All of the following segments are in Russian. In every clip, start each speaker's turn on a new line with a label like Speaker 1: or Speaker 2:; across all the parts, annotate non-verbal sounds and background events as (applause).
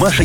Speaker 1: Маша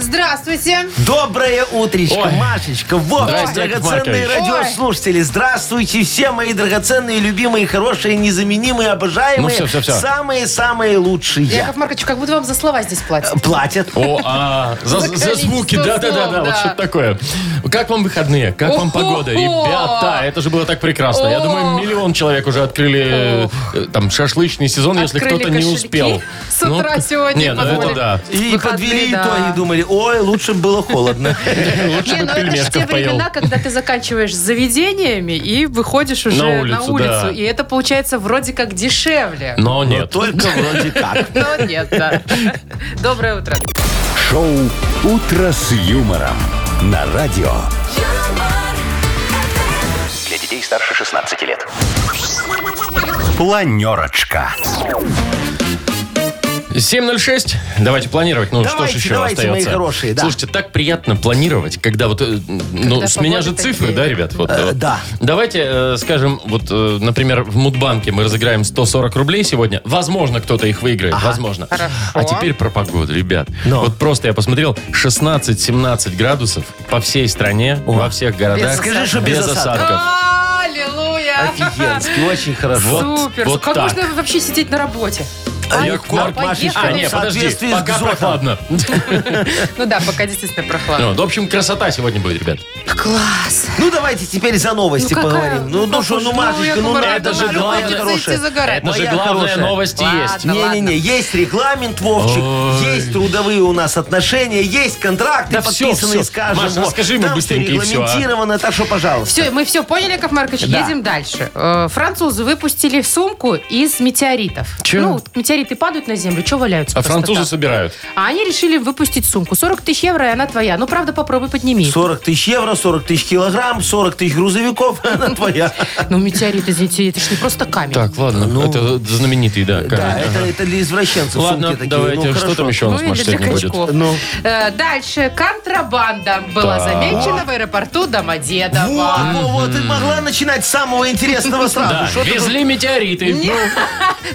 Speaker 2: Здравствуйте.
Speaker 3: Доброе утречко,
Speaker 4: Ой.
Speaker 3: Машечка, Вов,
Speaker 4: Здрасте, Яков
Speaker 3: драгоценные
Speaker 4: Маркович.
Speaker 3: радиослушатели. Здравствуйте все мои драгоценные, любимые, хорошие, незаменимые, обожаемые.
Speaker 4: Ну всё, всё, всё.
Speaker 3: Самые-самые лучшие.
Speaker 2: Яков Маркович, как будто вам за слова здесь платят.
Speaker 3: Платят.
Speaker 4: О, а, за,
Speaker 2: За
Speaker 4: за звуки,
Speaker 2: количество
Speaker 4: да-да-да,
Speaker 2: слов,
Speaker 4: вот
Speaker 2: да.
Speaker 4: что-то такое. Как вам выходные? Как вам
Speaker 2: О-хо-хо!
Speaker 4: погода? Ребята, это же было так прекрасно. Я
Speaker 2: Ох!
Speaker 4: думаю, миллион человек уже открыли э, там шашлычный сезон, если
Speaker 2: Открыли
Speaker 4: кто-то не
Speaker 2: кошельки
Speaker 4: успел.
Speaker 2: с утра
Speaker 4: Ну,
Speaker 2: сегодня
Speaker 4: Не, ну это
Speaker 2: позволили.
Speaker 4: да.
Speaker 3: И
Speaker 2: Выходные,
Speaker 3: подвели
Speaker 2: да.
Speaker 3: итоги, думали, ой, лучше бы
Speaker 4: (laughs)
Speaker 3: было холодно.
Speaker 4: Лучше
Speaker 2: Не,
Speaker 4: бы
Speaker 2: ну это же те
Speaker 4: пельмешков поел.
Speaker 2: времена, когда ты заканчиваешь с заведениями и выходишь уже на улицу.
Speaker 4: улицу, да. Ну.
Speaker 2: И это получается вроде как дешевле.
Speaker 4: Но
Speaker 3: Но
Speaker 4: нет.
Speaker 3: только вроде как.
Speaker 2: Но нет, да. Доброе утро.
Speaker 1: Шоу «Утро с юмором» на радио. Для детей старше 16 лет. Планерочка.
Speaker 4: 7.06. Давайте планировать. Ну, что ж
Speaker 3: Давайте,
Speaker 4: еще
Speaker 3: давайте, мои
Speaker 4: остается?
Speaker 3: хорошие, да.
Speaker 4: Слушайте, так приятно планировать, когда вот... э, м, ну,
Speaker 2: Когда
Speaker 4: с меня
Speaker 2: погоды
Speaker 4: же
Speaker 2: такие.
Speaker 4: цифры, да, ребят? Вот,
Speaker 3: Э,
Speaker 4: вот.
Speaker 3: да.
Speaker 4: Давайте, э, скажем, вот, э, например, в Мудбанке мы разыграем 140 рублей сегодня. Возможно, кто-то их выиграет, возможно.
Speaker 2: Хорошо.
Speaker 4: А теперь про погоду, ребят.
Speaker 3: Но.
Speaker 4: Вот просто я посмотрел, 16-17 градусов по всей стране, во всех городах.
Speaker 2: Без
Speaker 3: Скажи, что без осадков.
Speaker 2: Аллилуйя!
Speaker 3: Офигенски, очень хорошо.
Speaker 4: Вот,
Speaker 2: Супер!
Speaker 4: вот
Speaker 2: как
Speaker 4: так.
Speaker 2: можно вообще сидеть на работе?
Speaker 4: Яков Марк-
Speaker 2: А, поехали.
Speaker 3: Машечка,
Speaker 4: А,
Speaker 2: ну,
Speaker 4: не,
Speaker 3: в
Speaker 4: подожди,
Speaker 3: соответствии с
Speaker 4: пока
Speaker 3: Гзотом.
Speaker 4: прохладно.
Speaker 2: Ну да, пока действительно прохладно.
Speaker 4: Ну, В общем, красота сегодня будет, ребят.
Speaker 2: Класс!
Speaker 3: Ну, давайте теперь за новости
Speaker 2: Ну, какая?
Speaker 3: поговорим. Ну, ну что, ну,
Speaker 2: уж,
Speaker 3: Машечка,
Speaker 2: Яков
Speaker 3: ну,
Speaker 2: Маркович,
Speaker 4: это же
Speaker 2: надо
Speaker 4: главное.
Speaker 2: хочется
Speaker 3: Хорошая.
Speaker 2: идти загорать.
Speaker 4: Это же
Speaker 3: Моя
Speaker 4: главная
Speaker 3: хорошая.
Speaker 4: новость
Speaker 2: Ладно.
Speaker 4: есть.
Speaker 3: Не-не-не, есть регламент, Вовчик,
Speaker 4: Ой.
Speaker 3: есть трудовые у нас отношения, есть контракты
Speaker 4: Да всё,
Speaker 3: подписанные,
Speaker 4: всё.
Speaker 3: скажем.
Speaker 4: Маша,
Speaker 3: вот.
Speaker 4: расскажи ему
Speaker 3: Там всё
Speaker 4: быстренько и всё, а.
Speaker 3: регламентировано, так что, пожалуйста.
Speaker 2: Все, мы все поняли, Яков Маркович,
Speaker 3: Да.
Speaker 2: едем дальше. Э, Французы выпустили сумку из метеоритов.
Speaker 4: Чё?
Speaker 2: Ну, вот метеориты падают на землю, что валяются?
Speaker 4: А
Speaker 2: просто
Speaker 4: французы
Speaker 2: так?
Speaker 4: собирают.
Speaker 2: А они решили выпустить сумку. 40 тысяч евро, и она твоя. Ну, правда, попробуй подними.
Speaker 3: 40 тысяч евро, 40 тысяч килограмм, 40 тысяч грузовиков, (laughs) она твоя.
Speaker 2: Ну, метеорит, извините, это же не просто камень.
Speaker 4: Так, ладно. Это знаменитый, да.
Speaker 3: Ну, Да,
Speaker 4: камень.
Speaker 3: это, это для извращенцев
Speaker 4: Ладно,
Speaker 3: сумки такие.
Speaker 4: давайте,
Speaker 3: Ну,
Speaker 4: что
Speaker 3: хорошо.
Speaker 4: там еще у
Speaker 2: Ну,
Speaker 4: нас,
Speaker 2: или
Speaker 4: Маш,
Speaker 2: для
Speaker 4: сегодня будет?
Speaker 2: качков.
Speaker 3: Ну.
Speaker 2: Э, Дальше. Контрабанда была
Speaker 4: Так.
Speaker 2: замечена в аэропорту Домодедово.
Speaker 3: Вот,
Speaker 2: (laughs)
Speaker 3: ну, вот, и могла начинать с самого интересного
Speaker 4: Да,
Speaker 2: Ну,
Speaker 3: сразу. Что ты
Speaker 4: везли метеориты.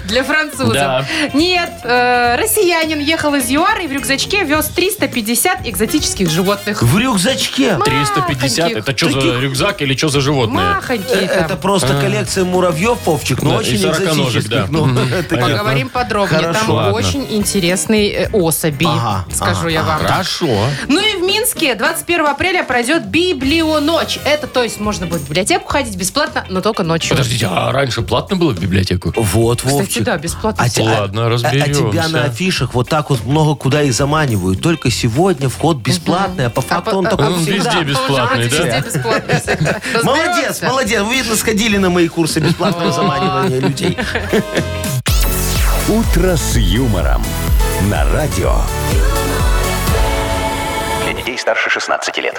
Speaker 2: Для французов.
Speaker 4: Ну. Да.
Speaker 2: Нет, э, россиянин ехал из ЮАР и в рюкзачке вез 350 экзотических животных.
Speaker 3: В рюкзачке.
Speaker 4: 350.
Speaker 2: Махоньких.
Speaker 4: Это что за рюкзак или что за животное?
Speaker 2: Махонькие там.
Speaker 3: Э, Это просто коллекция муравьев, Вовчик, но
Speaker 4: А. Да, и
Speaker 3: очень
Speaker 4: сороконожек,
Speaker 3: экзотических.
Speaker 4: да.
Speaker 3: ну,
Speaker 4: Мгм.
Speaker 3: (laughs) таких.
Speaker 4: Понятно.
Speaker 2: Поговорим подробнее. Там
Speaker 3: Хорошо.
Speaker 4: Ладно.
Speaker 2: очень интересные э, особи,
Speaker 3: Ага,
Speaker 2: скажу
Speaker 3: ага,
Speaker 2: я вам.
Speaker 4: А Хорошо.
Speaker 2: Ну и в Минске 21 апреля пройдет библионочь. Это, то есть, можно будет в библиотеку ходить бесплатно, но только ночью.
Speaker 4: Подождите, а раньше платно было в библиотеку?
Speaker 3: Вот,
Speaker 2: Кстати,
Speaker 3: Вовчик.
Speaker 2: да, бесплатно.
Speaker 3: те-
Speaker 4: Ладно,
Speaker 3: а-
Speaker 4: разберемся.
Speaker 3: А тебя на афишах вот так вот много куда и заманивают. Только сегодня вход бесплатный, а по
Speaker 2: А по-
Speaker 3: факту он
Speaker 2: а
Speaker 3: такой
Speaker 4: он
Speaker 3: всегда.
Speaker 4: везде бесплатный. бесплатный,
Speaker 2: Получается,
Speaker 4: да?
Speaker 2: везде бесплатный.
Speaker 3: (laughs) Молодец,
Speaker 2: Разберемся.
Speaker 3: молодец. Вы, видно, сходили на мои курсы бесплатного заманивания людей.
Speaker 1: «Утро с юмором» на радио. Для детей старше 16 лет.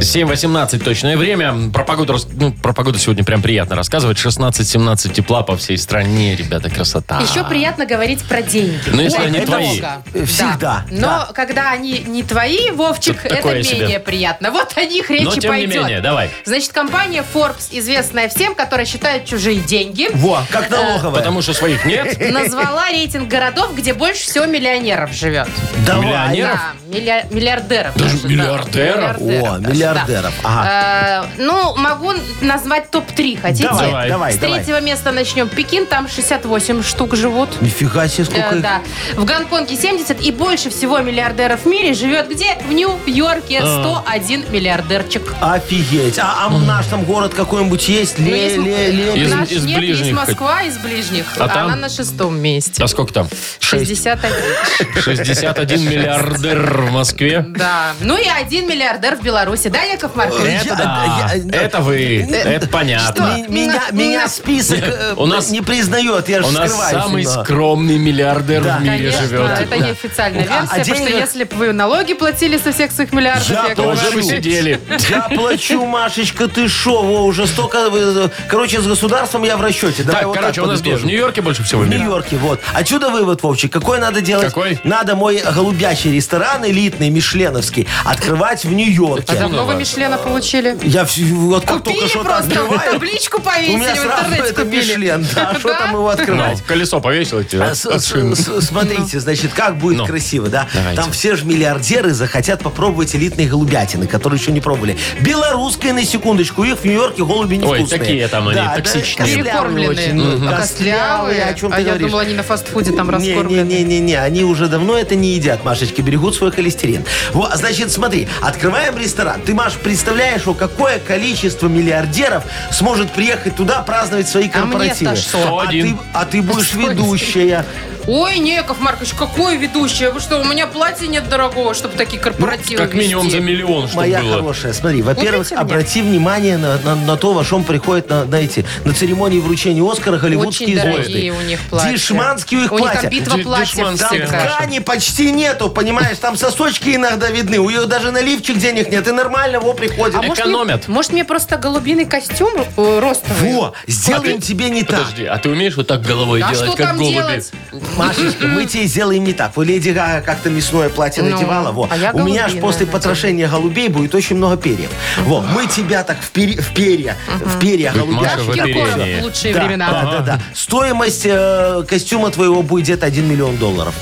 Speaker 4: 7.18 точное время. Про погоду, рас- ну, про погоду сегодня прям приятно рассказывать. 16-17 тепла по всей стране, ребята, красота.
Speaker 2: Еще приятно говорить про деньги.
Speaker 4: Ну, если
Speaker 2: Ой,
Speaker 4: они
Speaker 2: это
Speaker 4: твои.
Speaker 2: много.
Speaker 3: А. Э, всегда,
Speaker 2: Да. Но когда они не твои, Вовчик,
Speaker 4: Что-то
Speaker 2: это
Speaker 4: такое
Speaker 2: менее
Speaker 4: себе.
Speaker 2: приятно. Вот о них
Speaker 4: Но
Speaker 2: речь и
Speaker 4: тем не
Speaker 2: пойдет.
Speaker 4: менее, давай.
Speaker 2: Значит, компания Forbes, известная всем, которая считает чужие деньги,
Speaker 3: Во,
Speaker 2: Э,
Speaker 3: как налоговая.
Speaker 4: Потому что своих нет.
Speaker 2: назвала рейтинг городов, где больше всего миллионеров живет.
Speaker 3: Давай.
Speaker 4: миллионеров?
Speaker 2: Да, милля- миллиардеров.
Speaker 4: Даже
Speaker 2: да.
Speaker 4: миллиардеров?
Speaker 3: О,
Speaker 2: даже, да.
Speaker 3: миллиардеров. Ага.
Speaker 2: Э, ну, могу назвать топ-3, хотите?
Speaker 3: Давай,
Speaker 2: С
Speaker 3: давай, давай.
Speaker 2: третьего места начнем. Пекин, там 68 штук живут.
Speaker 3: Нифига себе,
Speaker 2: Э,
Speaker 3: сколько их.
Speaker 2: да. В Гонконге 70 и больше всего миллиардеров в мире живет где? В
Speaker 4: А.
Speaker 2: Нью-Йорке 101 миллиардерчик.
Speaker 3: Офигеть. А, а наш там город какой-нибудь есть?
Speaker 2: Ну,
Speaker 3: Ле,
Speaker 2: есть-
Speaker 3: ле, ле.
Speaker 4: Из-
Speaker 2: наш
Speaker 4: из
Speaker 2: нет, есть
Speaker 4: ближних хоть.
Speaker 2: Москва из ближних.
Speaker 4: А там?
Speaker 2: Она на шестом месте.
Speaker 4: А сколько там?
Speaker 2: 61.
Speaker 4: 61 миллиардер в Москве.
Speaker 2: Да. Ну и один миллиардер в Беларуси. Да, Яков Маркович?
Speaker 4: Это
Speaker 3: Я-
Speaker 4: да.
Speaker 3: я- я-
Speaker 4: Это вы. Это понятно.
Speaker 3: Ми- меня,
Speaker 2: Ну,
Speaker 3: меня список э,
Speaker 4: У нас-
Speaker 3: не признает, я же
Speaker 4: У нас
Speaker 3: скрываюсь
Speaker 4: самый
Speaker 3: всегда.
Speaker 4: скромный миллиардер
Speaker 3: Да.
Speaker 4: в мире
Speaker 2: Конечно,
Speaker 4: живет.
Speaker 2: это неофициальная версия,
Speaker 3: а
Speaker 2: потому
Speaker 3: денег-
Speaker 2: что если бы вы налоги платили со всех своих миллиардов,
Speaker 3: Я
Speaker 2: Яков
Speaker 3: тоже
Speaker 4: Тоже бы
Speaker 2: Маркович,
Speaker 3: шучу.
Speaker 4: сидели.
Speaker 3: Я плачу, Машечка, ты шо? Во, уже столько... э, Короче, с государством я в расчете. Давай
Speaker 4: Так,
Speaker 3: вот
Speaker 4: короче,
Speaker 3: так
Speaker 4: у нас где? В
Speaker 3: подытожим.
Speaker 4: Нью-Йорке больше всего в
Speaker 3: В
Speaker 4: мире.
Speaker 3: Нью-Йорке, вот. Отсюда вывод, Вовчик, какой надо делать?
Speaker 4: Какой?
Speaker 3: Надо мой голубячий ресторан, элитный, мишленовский, открывать в
Speaker 2: А
Speaker 3: Нью-Йорке.
Speaker 2: давно вы Мишлена получили?
Speaker 3: Я вс- вот как
Speaker 2: Купили
Speaker 3: только что
Speaker 2: просто,
Speaker 3: открываю,
Speaker 2: табличку
Speaker 3: у меня
Speaker 2: повесили, в
Speaker 3: сразу
Speaker 2: интернете
Speaker 3: это
Speaker 2: купили.
Speaker 3: Мишлен. Да, что
Speaker 2: Да?
Speaker 3: там его
Speaker 4: Ну,
Speaker 3: открывать?
Speaker 4: колесо типа. повесило тебе
Speaker 3: А
Speaker 4: от-
Speaker 3: с-
Speaker 4: от шины.
Speaker 3: с- с- Смотрите, значит, как будет
Speaker 4: Ну.
Speaker 3: красиво, да?
Speaker 4: Давайте.
Speaker 3: Там все же миллиардеры захотят попробовать элитные голубятины, которые еще не пробовали. Белорусские, на секундочку, их в Нью-Йорке голуби не
Speaker 4: Ой, такие там они,
Speaker 3: да,
Speaker 4: токсичные.
Speaker 3: костлявые
Speaker 2: Перекормленные.
Speaker 3: очень. ну,
Speaker 2: Мгм. А
Speaker 3: Костлявые, о чем
Speaker 2: А
Speaker 3: ты
Speaker 2: я
Speaker 3: говоришь?
Speaker 2: думала, они на фастфуде там раскормлены.
Speaker 3: Не-не-не, они уже давно это не едят, Машечка, берегут свой холестерин. Вот, значит, смотри, открываем ресторан. Ты, Маш, представляешь, о какое количество миллиардеров сможет приехать туда праздновать свои
Speaker 2: А мне-то
Speaker 3: корпоративы?
Speaker 2: что?
Speaker 3: А ты, а ты будешь
Speaker 2: 101.
Speaker 3: ведущая.
Speaker 2: Ой, не, Яков Маркович, какой ведущий? Вы что, у меня платья нет дорогого, чтобы такие корпоративы
Speaker 4: Как минимум
Speaker 2: вести?
Speaker 4: за миллион, чтобы
Speaker 3: Моя
Speaker 4: было.
Speaker 3: хорошая, смотри, во-первых,
Speaker 2: Убейте меня.
Speaker 3: обрати внимание на, на- на то, во чем приходит на, на эти- на церемонии вручения Оскара
Speaker 2: Очень
Speaker 3: голливудские звезды.
Speaker 2: дорогие у них платья.
Speaker 3: Дешманские у их
Speaker 2: У них
Speaker 3: платья.
Speaker 2: там битва
Speaker 4: Ди-
Speaker 2: платьев
Speaker 4: дешманские.
Speaker 3: Там
Speaker 2: всегда.
Speaker 3: ткани почти нету, понимаешь? Там сосочки иногда видны. У ее даже на лифчик денег нет. И нормально, во, приходит.
Speaker 2: А может, мне-
Speaker 4: Экономят.
Speaker 2: Может, мне просто голубиный костюм э, ростовый?
Speaker 3: Во, сделаем
Speaker 4: А ты-
Speaker 3: тебе не так.
Speaker 4: Подожди, а ты умеешь вот так головой
Speaker 2: А
Speaker 4: делать,
Speaker 2: что
Speaker 4: как
Speaker 2: там
Speaker 4: голуби?
Speaker 2: делать?
Speaker 3: Машечка, мы тебе сделаем не так. Вот Леди Гага как-то мясное платье
Speaker 2: Ну,
Speaker 3: надевала. Во.
Speaker 2: а я
Speaker 3: У меня аж
Speaker 2: голубиное
Speaker 3: после
Speaker 2: надела.
Speaker 3: потрошения голубей будет очень много перьев. Во, мы тебя так в, пере- в перья, в перья
Speaker 4: Будет
Speaker 3: голубя.
Speaker 4: Маша в
Speaker 3: Да,
Speaker 2: Киркоров
Speaker 4: оперении.
Speaker 2: в лучшие
Speaker 3: да,
Speaker 2: времена.
Speaker 3: да, да, да. Стоимость э, костюма твоего будет где-то 1 миллион долларов.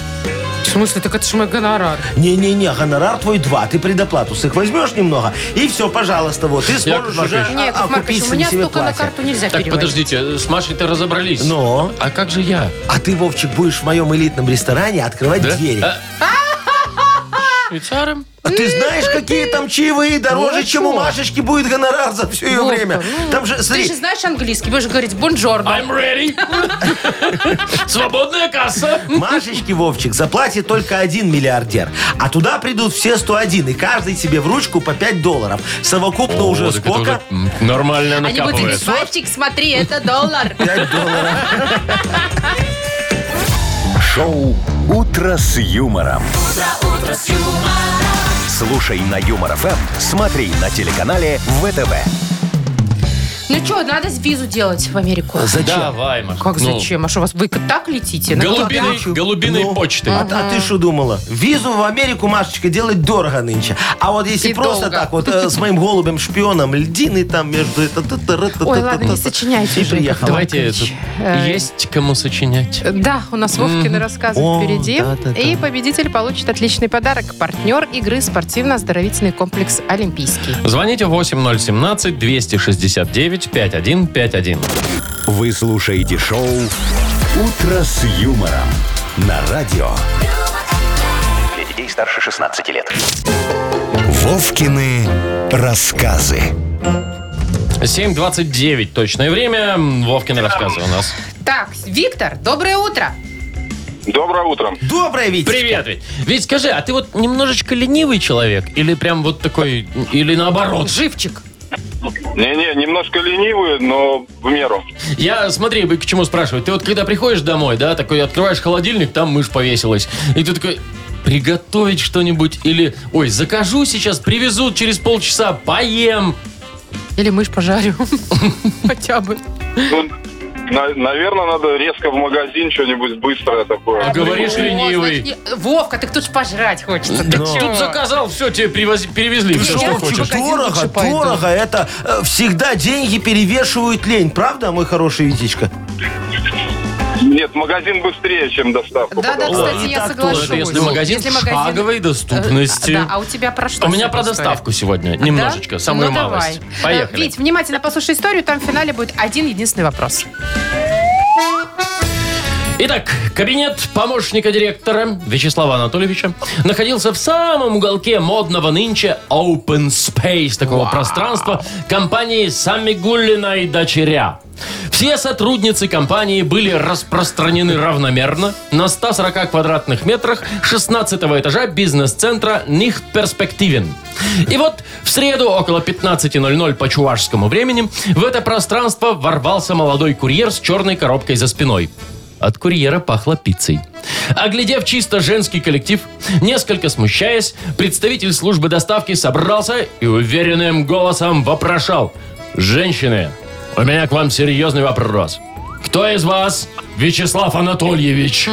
Speaker 2: В смысле? Так это ж мой гонорар.
Speaker 3: Не-не-не, гонорар твой два. Ты предоплату с их возьмешь немного, и все, пожалуйста, вот. Ты сможешь
Speaker 4: Яков
Speaker 3: уже
Speaker 4: Маркович.
Speaker 3: а,
Speaker 2: Нет,
Speaker 3: а,
Speaker 2: Яков Маркович,
Speaker 3: купить
Speaker 2: у меня
Speaker 3: себе
Speaker 2: столько на
Speaker 3: платье.
Speaker 2: карту нельзя
Speaker 4: Так,
Speaker 2: переводить.
Speaker 4: подождите, с Машей-то разобрались.
Speaker 3: Ну?
Speaker 4: А как же я?
Speaker 3: А ты, Вовчик, будешь в моем элитном ресторане открывать
Speaker 4: Да?
Speaker 3: двери.
Speaker 4: А- Швейцаром?
Speaker 3: А ты знаешь, какие там чаевые дороже,
Speaker 2: Ну,
Speaker 3: чем у
Speaker 2: что?
Speaker 3: Машечки будет гонорар за все ее
Speaker 2: Вовка,
Speaker 3: время.
Speaker 2: ну,
Speaker 3: Там же,
Speaker 2: Ты
Speaker 3: смотри,
Speaker 2: же знаешь английский, будешь говорить «бонжорно».
Speaker 4: I'm ready. (laughs) Свободная касса.
Speaker 3: Машечке Вовчик заплатит только один миллиардер. А туда придут все 101, и каждый себе в ручку по 5 долларов. Совокупно уже
Speaker 4: О, так это
Speaker 3: сколько?
Speaker 4: уже, м, Нормально
Speaker 2: Они будут
Speaker 4: накапывает.
Speaker 2: говорить «Пальчик, смотри, это доллар».
Speaker 3: 5 долларов.
Speaker 1: Шоу «Утро с юмором». Слушай на Юмор ФМ, смотри на телеканале ВТВ.
Speaker 2: Ну что, надо визу делать в Америку.
Speaker 4: Давай, Маш.
Speaker 2: Как
Speaker 4: Ну,
Speaker 2: зачем? А что, вас вы так летите? На
Speaker 4: голубиной-
Speaker 2: каком-
Speaker 4: Голубиной
Speaker 3: Ну,
Speaker 4: почтой.
Speaker 3: А, а ты что думала? Визу в Америку, Машечка, делать дорого нынче. А вот если
Speaker 2: И
Speaker 3: просто
Speaker 2: долго.
Speaker 3: так вот э, с моим голубем-шпионом, льдины там между... это, та, та, ра, та,
Speaker 2: Ой,
Speaker 3: та,
Speaker 2: ладно,
Speaker 3: та,
Speaker 2: не
Speaker 3: та.
Speaker 2: сочиняйте
Speaker 3: И
Speaker 2: уже,
Speaker 3: приехала.
Speaker 4: Давайте
Speaker 2: Маркович,
Speaker 4: тут
Speaker 2: э,
Speaker 4: есть кому сочинять.
Speaker 2: Да, у нас Вовкины рассказы
Speaker 3: О,
Speaker 2: впереди.
Speaker 3: да-да-да.
Speaker 2: И победитель получит отличный подарок. Партнер игры спортивно-оздоровительный комплекс «Олимпийский».
Speaker 4: Звоните 8017-269-5151.
Speaker 1: Вы слушаете шоу «Утро с юмором» на радио. Для детей старше 16 лет. Вовкины рассказы.
Speaker 4: 7.29 точное время. Вовкины рассказы у нас.
Speaker 2: Так, Виктор, доброе утро.
Speaker 5: Доброе утро.
Speaker 3: Доброе, Витя.
Speaker 4: Привет, Вить. Вить, скажи, а ты вот немножечко ленивый человек? Или прям вот такой, или наоборот?
Speaker 2: Живчик.
Speaker 5: Не-не, немножко ленивый, но в меру.
Speaker 4: Я, смотри, к чему спрашиваю. Ты вот когда приходишь домой, да, такой открываешь холодильник, там мышь повесилась. И ты такой, приготовить что-нибудь или, ой, закажу сейчас, привезут через полчаса, поем.
Speaker 2: Или
Speaker 4: (laughs)
Speaker 2: мышь пожарю. Хотя бы.
Speaker 5: Ну, на- наверное, надо резко в магазин что-нибудь быстрое
Speaker 3: А
Speaker 5: такое.
Speaker 4: Говоришь, ленивый.
Speaker 2: О, значит, не- Вовка, так тут ж пожрать хочется.
Speaker 4: Да
Speaker 2: Ты чё?
Speaker 4: тут заказал, все, тебе привоз- перевезли, все, что
Speaker 2: я в магазин
Speaker 4: хочешь.
Speaker 2: магазин
Speaker 3: Дорого,
Speaker 2: лучше пойду.
Speaker 3: дорого. Это э, всегда деньги перевешивают лень. Правда, мой хороший Витечка?
Speaker 5: Нет, магазин быстрее, чем доставка.
Speaker 2: Да, да,
Speaker 5: потому
Speaker 2: кстати,
Speaker 3: и
Speaker 2: я
Speaker 3: так
Speaker 2: соглашусь.
Speaker 4: тоже, если магазин шаговой
Speaker 2: э,
Speaker 4: доступности.
Speaker 2: Да, а у тебя про что?
Speaker 4: У меня
Speaker 2: сегодня
Speaker 4: про
Speaker 2: история?
Speaker 4: доставку сегодня немножечко,
Speaker 2: Да?
Speaker 4: самую
Speaker 2: Ну,
Speaker 4: малость.
Speaker 2: давай.
Speaker 4: Поехали.
Speaker 2: Э, Вить, внимательно послушай историю, там в финале будет один единственный вопрос.
Speaker 4: Итак, кабинет помощника директора Вячеслава Анатольевича находился в самом уголке модного нынче Open Space, такого пространства, компании Самигуллина и дочеря. Все сотрудницы компании были распространены равномерно на 140 квадратных метрах 16 этажа бизнес-центра «Них перспективен». И вот в среду около 15.00 по чувашскому времени в это пространство ворвался молодой курьер с черной коробкой за спиной. От курьера пахло пиццей. Оглядев чисто женский коллектив, несколько смущаясь, представитель службы доставки собрался и уверенным голосом вопрошал. «Женщины, у меня к вам серьезный вопрос. Кто из вас Вячеслав Анатольевич?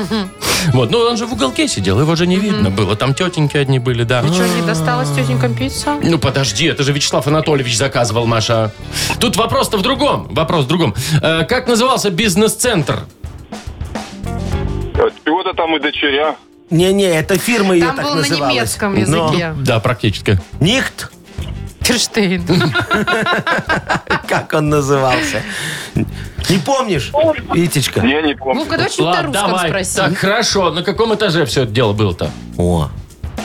Speaker 4: Вот, ну он же в уголке сидел, его же не видно было. Там тетеньки одни были, да.
Speaker 2: И что, не досталась тетенькам пицца?
Speaker 4: Ну подожди, это же Вячеслав Анатольевич заказывал, Маша. Тут вопрос-то в другом. Вопрос в другом. Э, как назывался бизнес-центр?
Speaker 5: От Чего-то там и дочеря.
Speaker 3: Не-не, это фирма ее
Speaker 2: Там
Speaker 3: так Ну.
Speaker 2: был на
Speaker 3: называлась.
Speaker 2: немецком
Speaker 3: Но-
Speaker 2: языке.
Speaker 4: Да, практически.
Speaker 3: Нихт?
Speaker 2: Терштейн.
Speaker 3: Как он назывался? Не помнишь, Витечка?
Speaker 5: Не, не помню.
Speaker 2: Вовка, давай что-то на
Speaker 4: Ладно,
Speaker 2: русском
Speaker 4: давай.
Speaker 2: спроси.
Speaker 4: Так, хорошо. На каком этаже все это дело было-то?
Speaker 3: О. Ну.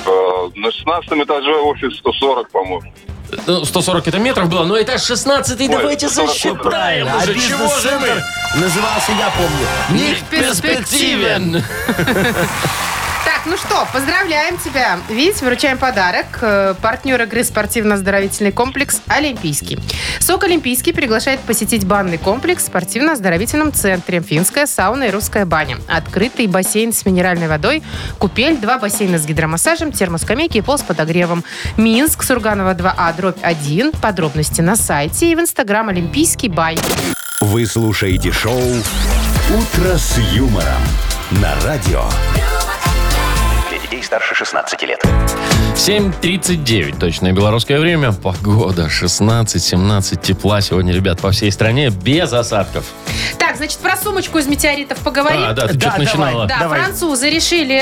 Speaker 5: Э, На 16 этаже офис 140, по-моему.
Speaker 4: Ну, 140 это метров было, но этаж 16 давайте
Speaker 2: ну,
Speaker 5: 140.
Speaker 4: засчитаем
Speaker 3: А
Speaker 4: Э, уже. Чего же
Speaker 3: бизнес-центр
Speaker 4: мы?
Speaker 3: назывался, я помню.
Speaker 4: Не
Speaker 2: перспективен. Так, ну что, поздравляем тебя. Видите, вручаем подарок. Э, Партнер игры спортивно-оздоровительный комплекс «Олимпийский». СОК «Олимпийский» приглашает посетить банный комплекс в спортивно-оздоровительном центре. Финская сауна и русская баня. Открытый бассейн с минеральной водой, купель, два бассейна с гидромассажем, термоскамейки и пол с подогревом. Минск, Сурганова 2А, дробь 1. Подробности на сайте и в инстаграм «Олимпийский бай».
Speaker 1: Вы слушаете шоу «Утро с юмором» на радио. Для детей старше 16 лет.
Speaker 4: 7.39 точное белорусское время. Погода 16-17 тепла сегодня, ребят, по всей стране без осадков.
Speaker 2: Так, значит, про сумочку из метеоритов поговорим.
Speaker 4: А, да, ты
Speaker 3: Да,
Speaker 4: что-то
Speaker 3: давай.
Speaker 4: начинала.
Speaker 2: Да,
Speaker 3: Давай.
Speaker 2: французы решили,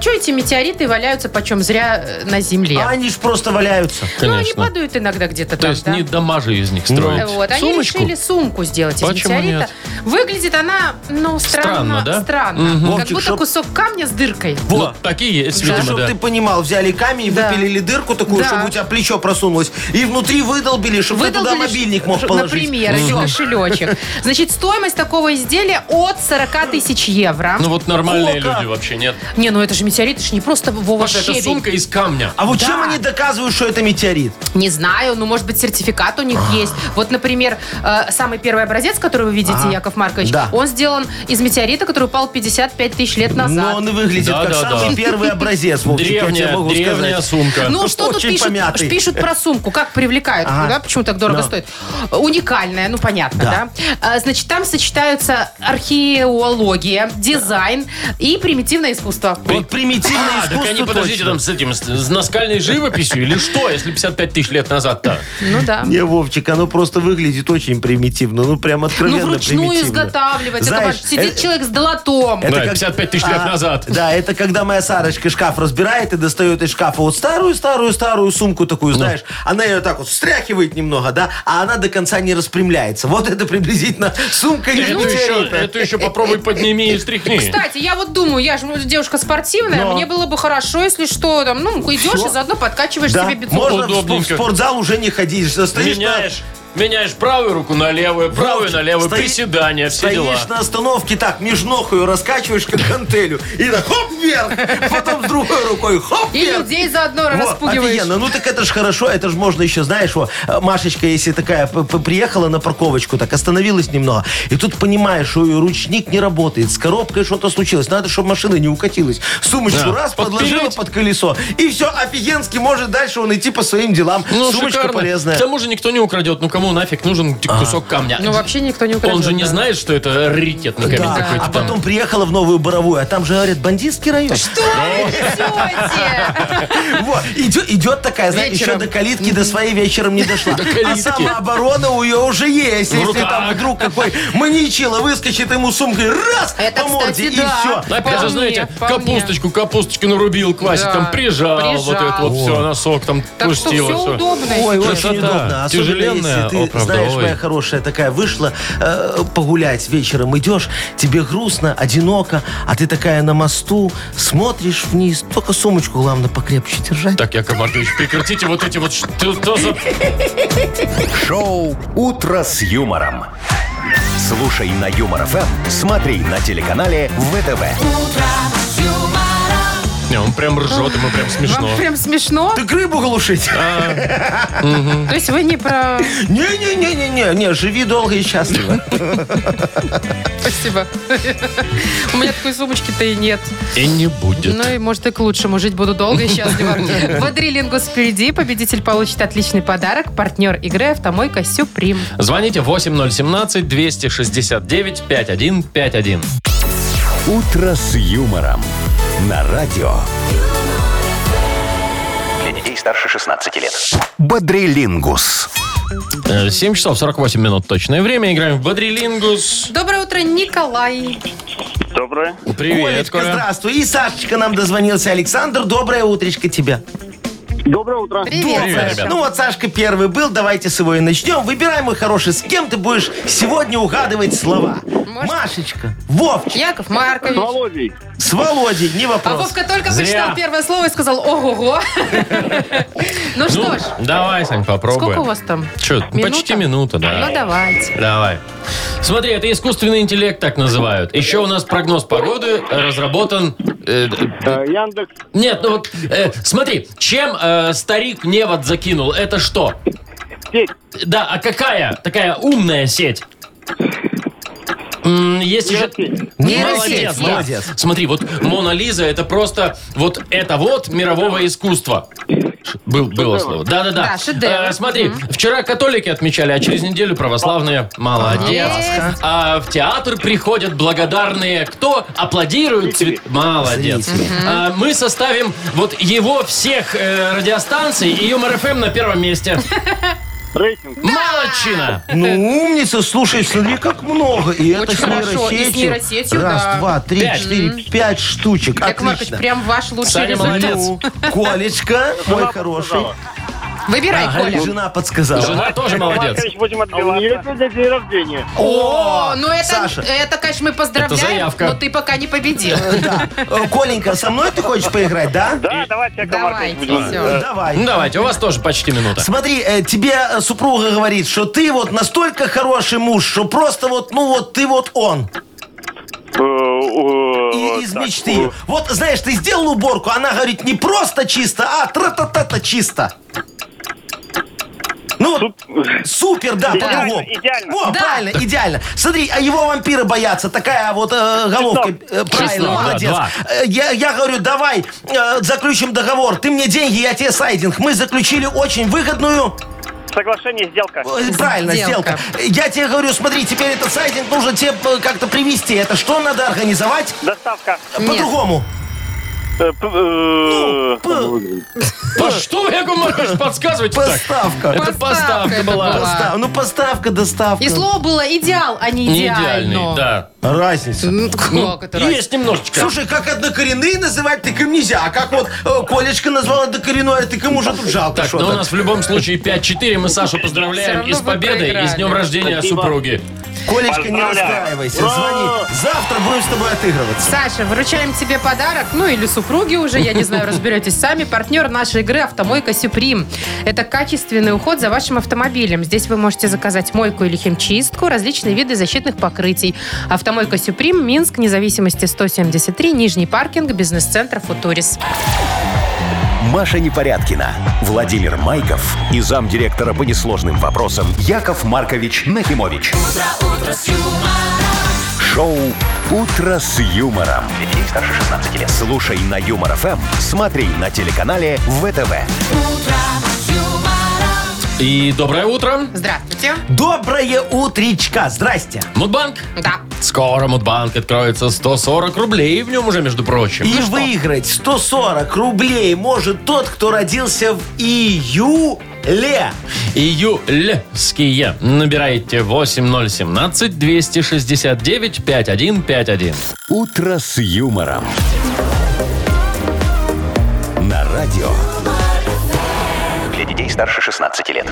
Speaker 2: что эти метеориты валяются почем зря э, на земле.
Speaker 3: А Они ж просто валяются.
Speaker 2: ну, они
Speaker 4: Конечно.
Speaker 2: падают иногда где-то
Speaker 4: То
Speaker 2: там,
Speaker 4: есть
Speaker 2: да.
Speaker 4: не дамажи из них
Speaker 2: Э,
Speaker 4: строить.
Speaker 2: Вот, они
Speaker 4: Сумочку?
Speaker 2: решили сумку сделать из
Speaker 4: Почему
Speaker 2: метеорита.
Speaker 4: нет?
Speaker 2: Выглядит она, ну, странно.
Speaker 4: Странно, да?
Speaker 2: странно.
Speaker 4: Мгм.
Speaker 2: Как
Speaker 3: Вовчик,
Speaker 2: будто
Speaker 3: чтоб-
Speaker 2: кусок камня с дыркой.
Speaker 4: Вот, такие есть,
Speaker 3: Да,
Speaker 4: видимо,
Speaker 3: чтобы
Speaker 4: да.
Speaker 3: ты понимал, взяли камень,
Speaker 2: Да.
Speaker 3: выпилили дырку такую,
Speaker 2: Да.
Speaker 3: чтобы у тебя плечо просунулось, и внутри выдолбили, чтобы ты туда
Speaker 2: Выдолбили,
Speaker 3: мобильник мог
Speaker 2: ж-
Speaker 3: положить.
Speaker 2: Например, или кошелечек. Значит, стоимость такого изделия от 40 тысяч евро.
Speaker 4: Ну вот нормальные
Speaker 3: О, как.
Speaker 4: люди вообще нет.
Speaker 2: Не, ну это же метеорит, это же не просто Вова
Speaker 4: Паша, это
Speaker 2: щебень.
Speaker 4: сумка из камня.
Speaker 3: А вот
Speaker 2: Да.
Speaker 3: чем они доказывают, что это метеорит?
Speaker 2: Не знаю, ну, может быть, сертификат у них
Speaker 3: А.
Speaker 2: есть. Вот, например, э, самый первый образец, который вы видите,
Speaker 3: Ага.
Speaker 2: Яков Маркович,
Speaker 3: Да. Ну,
Speaker 2: он сделан из метеорита, который упал 55 тысяч лет назад.
Speaker 3: Но он и выглядит
Speaker 4: Да,
Speaker 3: как
Speaker 4: да,
Speaker 3: самый
Speaker 4: да.
Speaker 3: первый образец, Вовчик, я тебе
Speaker 4: Древняя,
Speaker 3: могу
Speaker 4: древняя
Speaker 3: сказать.
Speaker 4: сумка.
Speaker 2: Ну, что тут
Speaker 3: очень
Speaker 2: пишут,
Speaker 3: помятый.
Speaker 2: пишут про сумку? Как привлекают?
Speaker 3: Ага.
Speaker 2: Да, почему так дорого
Speaker 3: Да.
Speaker 2: стоит? Уникальная, ну, понятно, да?
Speaker 3: Да.
Speaker 2: А, Значит, там сочетаются археология, дизайн и примитивное искусство.
Speaker 3: Вот примитивное
Speaker 4: А, так они,
Speaker 3: искусство
Speaker 4: подождите,
Speaker 3: точно.
Speaker 4: там с этим, с, с наскальной живописью или что, если 55 тысяч лет назад-то?
Speaker 2: Ну, да.
Speaker 3: Не, Вовчик, оно просто выглядит очень примитивно. Ну, прям
Speaker 2: Ну,
Speaker 3: откровенно
Speaker 2: вручную
Speaker 3: примитивно.
Speaker 2: изготавливать. Это
Speaker 3: Знаешь,
Speaker 2: ваш- сидит
Speaker 3: э,
Speaker 2: человек с долотом.
Speaker 4: Да, 55 тысяч лет
Speaker 3: а,
Speaker 4: назад.
Speaker 3: Да, это когда моя Сарочка шкаф разбирает и достает из шкафа вот старую-старую-старую сумку такую,
Speaker 4: Ну.
Speaker 3: знаешь. Она ее так вот встряхивает немного, да, а она до конца не распрямляется. Вот это приблизительно сумка из
Speaker 4: Эту еще,
Speaker 3: метеорита.
Speaker 4: эту еще
Speaker 3: э,
Speaker 4: попробуй подними и встряхни.
Speaker 2: Кстати, я вот думаю, я же девушка спортивная,
Speaker 3: Но.
Speaker 2: мне было бы хорошо, если что, там, ну, идешь и заодно подкачиваешь
Speaker 3: Да,
Speaker 2: себе бицепс.
Speaker 3: можно в спо- в
Speaker 4: Удобненько.
Speaker 3: спортзал уже не ходить. что Стоишь на
Speaker 4: Меняешь, меняешь правую руку на левую, правую на левую,
Speaker 3: Стои-
Speaker 4: приседания, все
Speaker 3: стоишь
Speaker 4: дела.
Speaker 3: на остановке так, между ног ее раскачиваешь, как гантелью. И так хоп вверх, потом с другой рукой хоп
Speaker 2: И
Speaker 3: вверх.
Speaker 2: людей заодно
Speaker 3: Во,
Speaker 2: распугиваешь.
Speaker 3: офигенно. Ну так это ж хорошо, это ж можно еще, знаешь, во, э, Машечка, если такая п- п- приехала на парковочку, так остановилась немного, и тут понимаешь, что ее ручник не работает, с коробкой что-то случилось, надо, чтобы машина не укатилась. Сумочку
Speaker 4: Да.
Speaker 3: раз, подложила
Speaker 4: Подпереть.
Speaker 3: под колесо, и все, офигенски может дальше он идти по своим делам.
Speaker 4: Ну,
Speaker 3: Сумочка
Speaker 4: шикарно.
Speaker 3: полезная. А.
Speaker 4: К тому же никто не украдет. Ну, кому нафиг нужен кусок камня?
Speaker 2: Ну, вообще никто не украдет.
Speaker 4: Он же не
Speaker 2: да.
Speaker 4: знает, что это раритетный камень
Speaker 3: Да,
Speaker 4: какой-то
Speaker 3: а
Speaker 4: там.
Speaker 3: потом приехала в Новую Боровую, а там же, говорят, бандитский район.
Speaker 2: Что вы несете?
Speaker 3: Вот, идет, идет такая, знаешь, еще
Speaker 2: Вечером.
Speaker 3: до калитки, до своей вечером
Speaker 4: (laughs)
Speaker 3: не дошла. А
Speaker 4: калитки.
Speaker 3: самооборона у ее уже есть.
Speaker 4: В
Speaker 3: Если
Speaker 4: руках.
Speaker 3: там вдруг какой маньячила выскочит ему сумкой, раз,
Speaker 2: Это,
Speaker 3: по морде,
Speaker 2: кстати,
Speaker 3: и
Speaker 2: да.
Speaker 3: все.
Speaker 4: Да, Ну, Опять же,
Speaker 2: Вполне,
Speaker 4: знаете,
Speaker 2: вполне.
Speaker 4: капусточку, капусточки нарубил, классик,
Speaker 2: Да,
Speaker 4: там прижал, вот
Speaker 2: прижал.
Speaker 4: это вот все, носок там
Speaker 2: Так что
Speaker 4: пустил.
Speaker 2: все
Speaker 4: всё.
Speaker 2: удобно.
Speaker 3: Ой,
Speaker 2: если
Speaker 3: очень
Speaker 4: Красота.
Speaker 3: удобно. Особенно,
Speaker 4: Тяжеленная,
Speaker 3: если ты ты знаешь,
Speaker 4: оправдовывай.
Speaker 3: моя хорошая такая вышла э, погулять вечером, идешь, тебе грустно, одиноко, а ты такая на мосту, смотришь вниз, только сумочку, главное, покрепче держать.
Speaker 4: Так, Яков Маркович, прекратите вот эти вот... Что, что за...
Speaker 1: Шоу «Утро с юмором». Слушай на Юмор ФМ, смотри на телеканале ВТВ.
Speaker 4: Не, он прям ржет, ему прям смешно.
Speaker 2: Вам прям смешно?
Speaker 3: (laughs) Так рыбу глушить.
Speaker 2: То есть вы не про...
Speaker 3: Не-не-не-не-не, не, живи долго и счастливо.
Speaker 2: Спасибо. У меня такой сумочки-то и нет.
Speaker 4: И
Speaker 2: (laughs)
Speaker 4: не будет.
Speaker 2: Ну и может и к лучшему. Жить буду долго и счастливо.
Speaker 3: (laughs)
Speaker 2: Бодрилингус впереди. Победитель получит отличный подарок. Партнер игры «Автомойка Сюприм».
Speaker 4: Звоните 8017-269-5151.
Speaker 1: «Утро с юмором» на радио.
Speaker 6: Для детей старше 16 лет.
Speaker 1: Бодрилингус.
Speaker 4: 7 Э, часов 48 минут точное время. Играем в Бодрилингус.
Speaker 2: Доброе утро, Николай.
Speaker 7: Доброе.
Speaker 4: Привет,
Speaker 3: Олечка,
Speaker 4: Коля.
Speaker 3: здравствуй. И Сашечка нам дозвонился. Александр, доброе утречко тебе.
Speaker 7: Доброе утро.
Speaker 2: Привет,
Speaker 4: Привет,
Speaker 2: Саша.
Speaker 4: ребят.
Speaker 3: Ну вот Сашка первый был, давайте с его и начнем. Выбирай, мой хороший, с кем ты будешь сегодня угадывать слова. Машечка, Вовчик,
Speaker 2: Яков Маркович.
Speaker 7: Володей.
Speaker 3: с Володей, не
Speaker 2: А
Speaker 3: вопрос.
Speaker 2: Вовка только
Speaker 4: Зря.
Speaker 2: прочитал первое слово и сказал «Ого-го». Ну
Speaker 4: Ну,
Speaker 2: что ж,
Speaker 4: давай, Сань, попробуем.
Speaker 2: сколько у вас там?
Speaker 4: Чё, почти минута, да.
Speaker 2: Ну давайте.
Speaker 4: Давай. Смотри, это искусственный интеллект так называют. Еще у нас прогноз погоды разработан... э,
Speaker 7: Э, Яндекс.
Speaker 4: нет, ну вот, э, смотри, чем э, старик невод закинул? Это что?
Speaker 7: Сеть.
Speaker 4: Да, а какая такая умная сеть? М, Есть еще...
Speaker 7: Нейросеть.
Speaker 3: Нейросеть,
Speaker 4: да.
Speaker 3: молодец.
Speaker 4: Смотри, вот Мона Лиза это просто вот это вот мирового искусства. Ш- Был, было слово. Да, да, да.
Speaker 2: Да, шедевр.
Speaker 4: смотри, вчера католики отмечали, а через неделю православные. Молодец.
Speaker 2: Молодец.
Speaker 4: А в театр приходят благодарные. Кто аплодирует? Цвет... Молодец. А мы составим вот его всех э, радиостанций и Юмор ФМ на первом месте.
Speaker 7: Рейтинг.
Speaker 4: Молодчина!
Speaker 3: Ну, умница, слушай, смотри, как много. И это
Speaker 2: Очень
Speaker 3: с
Speaker 2: хорошо, и с
Speaker 3: нейросетью.
Speaker 2: нейросетью,
Speaker 3: Раз,
Speaker 2: да.
Speaker 3: два, три,
Speaker 4: Пять.
Speaker 3: четыре, пять
Speaker 2: Яков
Speaker 3: штучек.
Speaker 2: Маркович,
Speaker 3: Отлично. Ну,
Speaker 2: прям ваш лучший
Speaker 4: Саня,
Speaker 2: результат.
Speaker 4: молодец.
Speaker 3: Колечка, мой хороший.
Speaker 2: Выбирай, Коля.
Speaker 3: Жена подсказала.
Speaker 4: Жена тоже молодец.
Speaker 7: Маркович, будем отбиваться. А у нее сегодня день рождения.
Speaker 2: О, ну это,
Speaker 3: Саша.
Speaker 2: это, конечно, мы поздравляем,
Speaker 4: Это заявка.
Speaker 2: но ты пока не победил.
Speaker 3: Да. Э, Коленька, со мной ты хочешь поиграть, да?
Speaker 7: Да, давайте, Яков
Speaker 2: Давайте,
Speaker 7: Маркович, будем.
Speaker 2: всё.
Speaker 7: Э,
Speaker 3: Давай.
Speaker 4: Ну давайте, у вас тоже почти минута.
Speaker 3: Смотри, э, тебе э, супруга говорит, что ты вот настолько хороший муж, что просто вот, ну вот ты вот
Speaker 7: э,
Speaker 3: он.
Speaker 7: э,
Speaker 3: И-
Speaker 7: вот
Speaker 3: из
Speaker 7: так.
Speaker 3: мечты. Вот, знаешь, ты сделал уборку, она говорит, не просто чисто, а тра-та-та-та чисто. Ну, супер, да,
Speaker 7: Идеально,
Speaker 3: по-другому.
Speaker 7: идеально.
Speaker 3: Во,
Speaker 2: Да.
Speaker 3: правильно, идеально. Смотри, а его вампиры боятся. Такая вот э, головка. Э, правильно,
Speaker 4: Чеснок, да,
Speaker 3: молодец.
Speaker 4: два.
Speaker 3: Э, я, я говорю, давай э, заключим договор. Ты мне деньги, я тебе сайдинг. Мы заключили очень выгодную...
Speaker 7: Соглашение, сделка.
Speaker 3: Э, Правильно,
Speaker 2: Сделка.
Speaker 3: сделка. Я тебе говорю, смотри, теперь этот сайдинг нужно тебе э, как-то привести. Это что надо организовать?
Speaker 7: Доставка.
Speaker 3: По-другому.
Speaker 7: Э, п- э,
Speaker 4: Да что вы, Яков Маркович, подсказываете так?
Speaker 3: Поставка.
Speaker 4: Это
Speaker 2: Поставка
Speaker 4: поставка
Speaker 2: это
Speaker 4: была.
Speaker 2: была.
Speaker 3: Поста- Ну, поставка, доставка.
Speaker 2: И слово было идеал, а не
Speaker 4: Не
Speaker 2: идеально.
Speaker 4: идеальный, да.
Speaker 3: Разница.
Speaker 2: Ну, как это раз?
Speaker 4: Есть немножечко.
Speaker 3: Слушай, как однокоренные называть так им нельзя. А как вот э, Колечка а назвал однокоренное, так им уже тут жалко
Speaker 4: Так, но у
Speaker 3: что-то.
Speaker 4: нас в любом случае 5-4. Мы Сашу поздравляем
Speaker 2: Всё
Speaker 4: и с
Speaker 2: равно вы
Speaker 4: победой, и с
Speaker 2: проиграли.
Speaker 4: днем рождения супруги.
Speaker 3: Колечка, не
Speaker 7: Поздравляю.
Speaker 3: расстраивайся.
Speaker 7: Ура!
Speaker 3: Звони. Завтра будем с тобой отыгрываться.
Speaker 2: Саша, выручаем тебе подарок, ну или супруге уже, я не знаю, разберетесь сами. Партнер нашей игры «Автомойка Сюприм». Это качественный уход за вашим автомобилем. Здесь вы можете заказать мойку или химчистку, различные виды защитных покрытий. «Автомойка Сюприм», Минск, независимости 173, Нижний паркинг, бизнес-центр «Футурис».
Speaker 1: Маша Непорядкина, Владимир Майков и замдиректора по несложным вопросам Яков Маркович Нахимович. Шоу «Утро с юмором». Детей старше 16 лет. Слушай на Юмор ФМ, смотри на телеканале ВТВ.
Speaker 4: И доброе утро.
Speaker 2: Здравствуйте.
Speaker 3: Доброе утречка. Здрасте.
Speaker 4: Мудбанк.
Speaker 2: Да.
Speaker 4: Скоро Мудбанк откроется 140 рублей в нем уже, между прочим.
Speaker 3: И выиграть 140 рублей может тот, кто родился в июле.
Speaker 4: Июльские. Набирайте 8017-269-5151.
Speaker 1: «Утро с юмором». На радио
Speaker 6: Для детей старше 16 лет.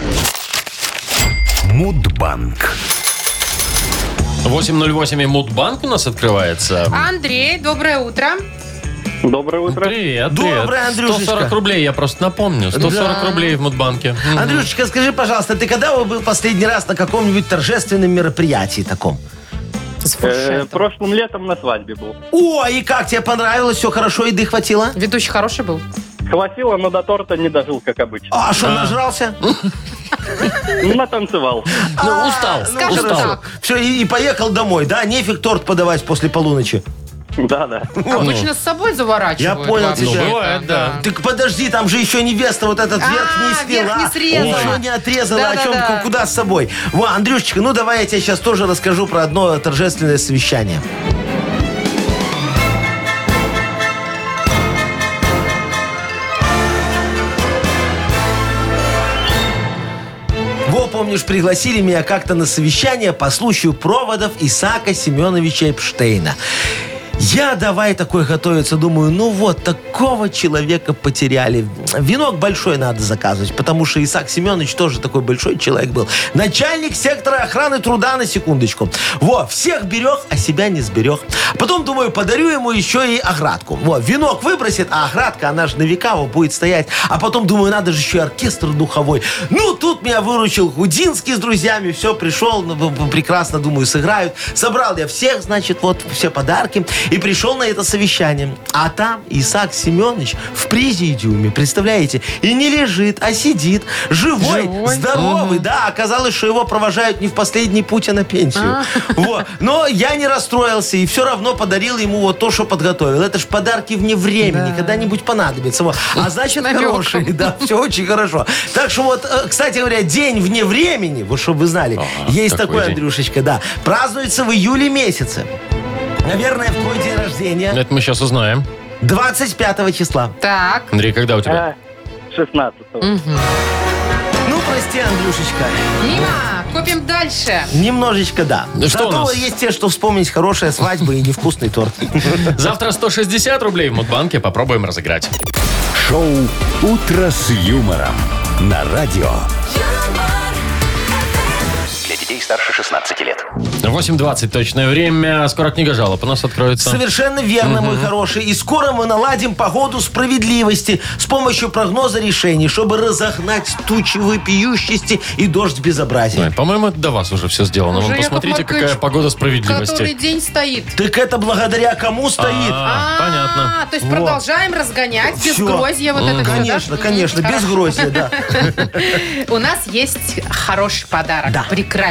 Speaker 1: Мудбанк.
Speaker 4: 8.08 и Мудбанк у нас открывается.
Speaker 2: Андрей, доброе утро.
Speaker 8: Ну,
Speaker 7: Доброе утро.
Speaker 4: Привет,
Speaker 3: Доброе,
Speaker 4: привет.
Speaker 3: Андрюшечка.
Speaker 4: 140 рублей, я просто напомню. 140 рублей в Мудбанке. М.
Speaker 3: Андрюшечка, скажи, пожалуйста, ты когда был последний раз на каком-нибудь торжественном мероприятии таком?
Speaker 2: С
Speaker 7: Э,
Speaker 2: фуршетом.
Speaker 7: Прошлым летом на свадьбе был.
Speaker 3: О, и как тебе понравилось? Все хорошо, еды хватило?
Speaker 2: Ведущий хороший был.
Speaker 7: Хватило, но до торта не дожил, как обычно.
Speaker 3: А что, нажрался?
Speaker 2: Ну,
Speaker 7: Натанцевал.
Speaker 4: Ну, устал.
Speaker 2: скажем
Speaker 4: устал.
Speaker 2: так.
Speaker 3: Все, и, и поехал домой, да? Нефиг торт подавать после полуночи.
Speaker 7: Да-да.
Speaker 2: Обычно с собой заворачивают.
Speaker 3: Ну, Я понял
Speaker 2: вообще-то,
Speaker 3: тебя.
Speaker 4: Ну, бывает, да.
Speaker 3: Так подожди, там же еще невеста вот этот
Speaker 2: А,
Speaker 3: верхний
Speaker 2: верх не
Speaker 3: сняла.
Speaker 2: срезала.
Speaker 3: Ничего не отрезала.
Speaker 2: Да,
Speaker 3: о
Speaker 2: да,
Speaker 3: чем,
Speaker 2: да.
Speaker 3: ку- куда с собой? Во, Андрюшечка, ну давай я тебе сейчас тоже расскажу про одно торжественное совещание. Во, помнишь, пригласили меня как-то на совещание по случаю проводов Исаака Семеновича Эпштейна. Я давай такой готовиться, думаю, ну вот, такого человека потеряли. Венок большой надо заказывать, потому что Исаак Семенович тоже такой большой человек был. Начальник сектора охраны труда, на секундочку. Во, всех берег, а себя не сберег. Потом, думаю, подарю ему еще и оградку. Во, венок выбросит, а оградка, она же на века во, будет стоять. А потом, думаю, надо же еще и оркестр духовой. Ну, тут меня выручил Худинский с друзьями. Все, пришел, ну, б- б- прекрасно, думаю, сыграют. Собрал я всех, значит, вот все подарки. И пришел на это совещание. А там Исаак Семенович в президиуме, представляете? И не лежит, а сидит. Живой, здоровый, да. Оказалось, что его провожают не в последний путь, а на пенсию. (laughs) Вот. Но я не расстроился и все равно подарил ему вот то, что подготовил. Это ж подарки вне времени, когда-нибудь понадобится. Вот. (laughs) А значит,
Speaker 2: Намеком.
Speaker 3: хороший. Да, все очень хорошо. Так что вот, э, кстати говоря, день вне времени, вот чтобы вы знали,
Speaker 4: Ага,
Speaker 3: есть
Speaker 4: такой
Speaker 3: такой,
Speaker 4: день.
Speaker 3: Андрюшечка, да, празднуется в июле месяце. Наверное, в твой день рождения.
Speaker 4: Это мы сейчас узнаем.
Speaker 3: 25 числа.
Speaker 2: Так.
Speaker 4: Андрей, когда у тебя?
Speaker 7: А, 16-го.
Speaker 3: Ну, прости, Андрюшечка.
Speaker 2: Мимо. Копим дальше.
Speaker 3: Немножечко, да.
Speaker 4: Да что у
Speaker 3: Зато
Speaker 4: нас? Ну
Speaker 3: есть те, что вспомнить хорошая свадьба и
Speaker 4: (laughs)
Speaker 3: невкусный торт.
Speaker 4: Завтра 160 рублей в Мудбанке. Попробуем разыграть.
Speaker 1: Шоу «Утро с юмором» на радио.
Speaker 6: Для детей старше 16 лет.
Speaker 4: 8.20 точное время. Скоро книга жалоб у нас откроется.
Speaker 3: Совершенно верно, мой хороший. И скоро мы наладим погоду справедливости с помощью прогноза решений, чтобы разогнать тучи вопиющести и дождь безобразия.
Speaker 4: Ой, По-моему, это до вас уже все сделано.
Speaker 2: Уже
Speaker 4: Вон,
Speaker 2: Яков
Speaker 4: посмотрите,
Speaker 2: Маркович,
Speaker 4: какая погода
Speaker 2: Который
Speaker 4: справедливости.
Speaker 2: день стоит.
Speaker 3: Так это благодаря кому стоит?
Speaker 4: А,
Speaker 2: А,
Speaker 4: понятно.
Speaker 2: То есть
Speaker 3: Вот.
Speaker 2: продолжаем разгонять без
Speaker 3: Всё.
Speaker 2: грозья вот это всё, да?
Speaker 3: Конечно,
Speaker 2: М,
Speaker 3: конечно, без
Speaker 2: хорошо.
Speaker 3: грозья, да.
Speaker 2: У нас есть хороший подарок,
Speaker 3: Да.
Speaker 2: прекраснейший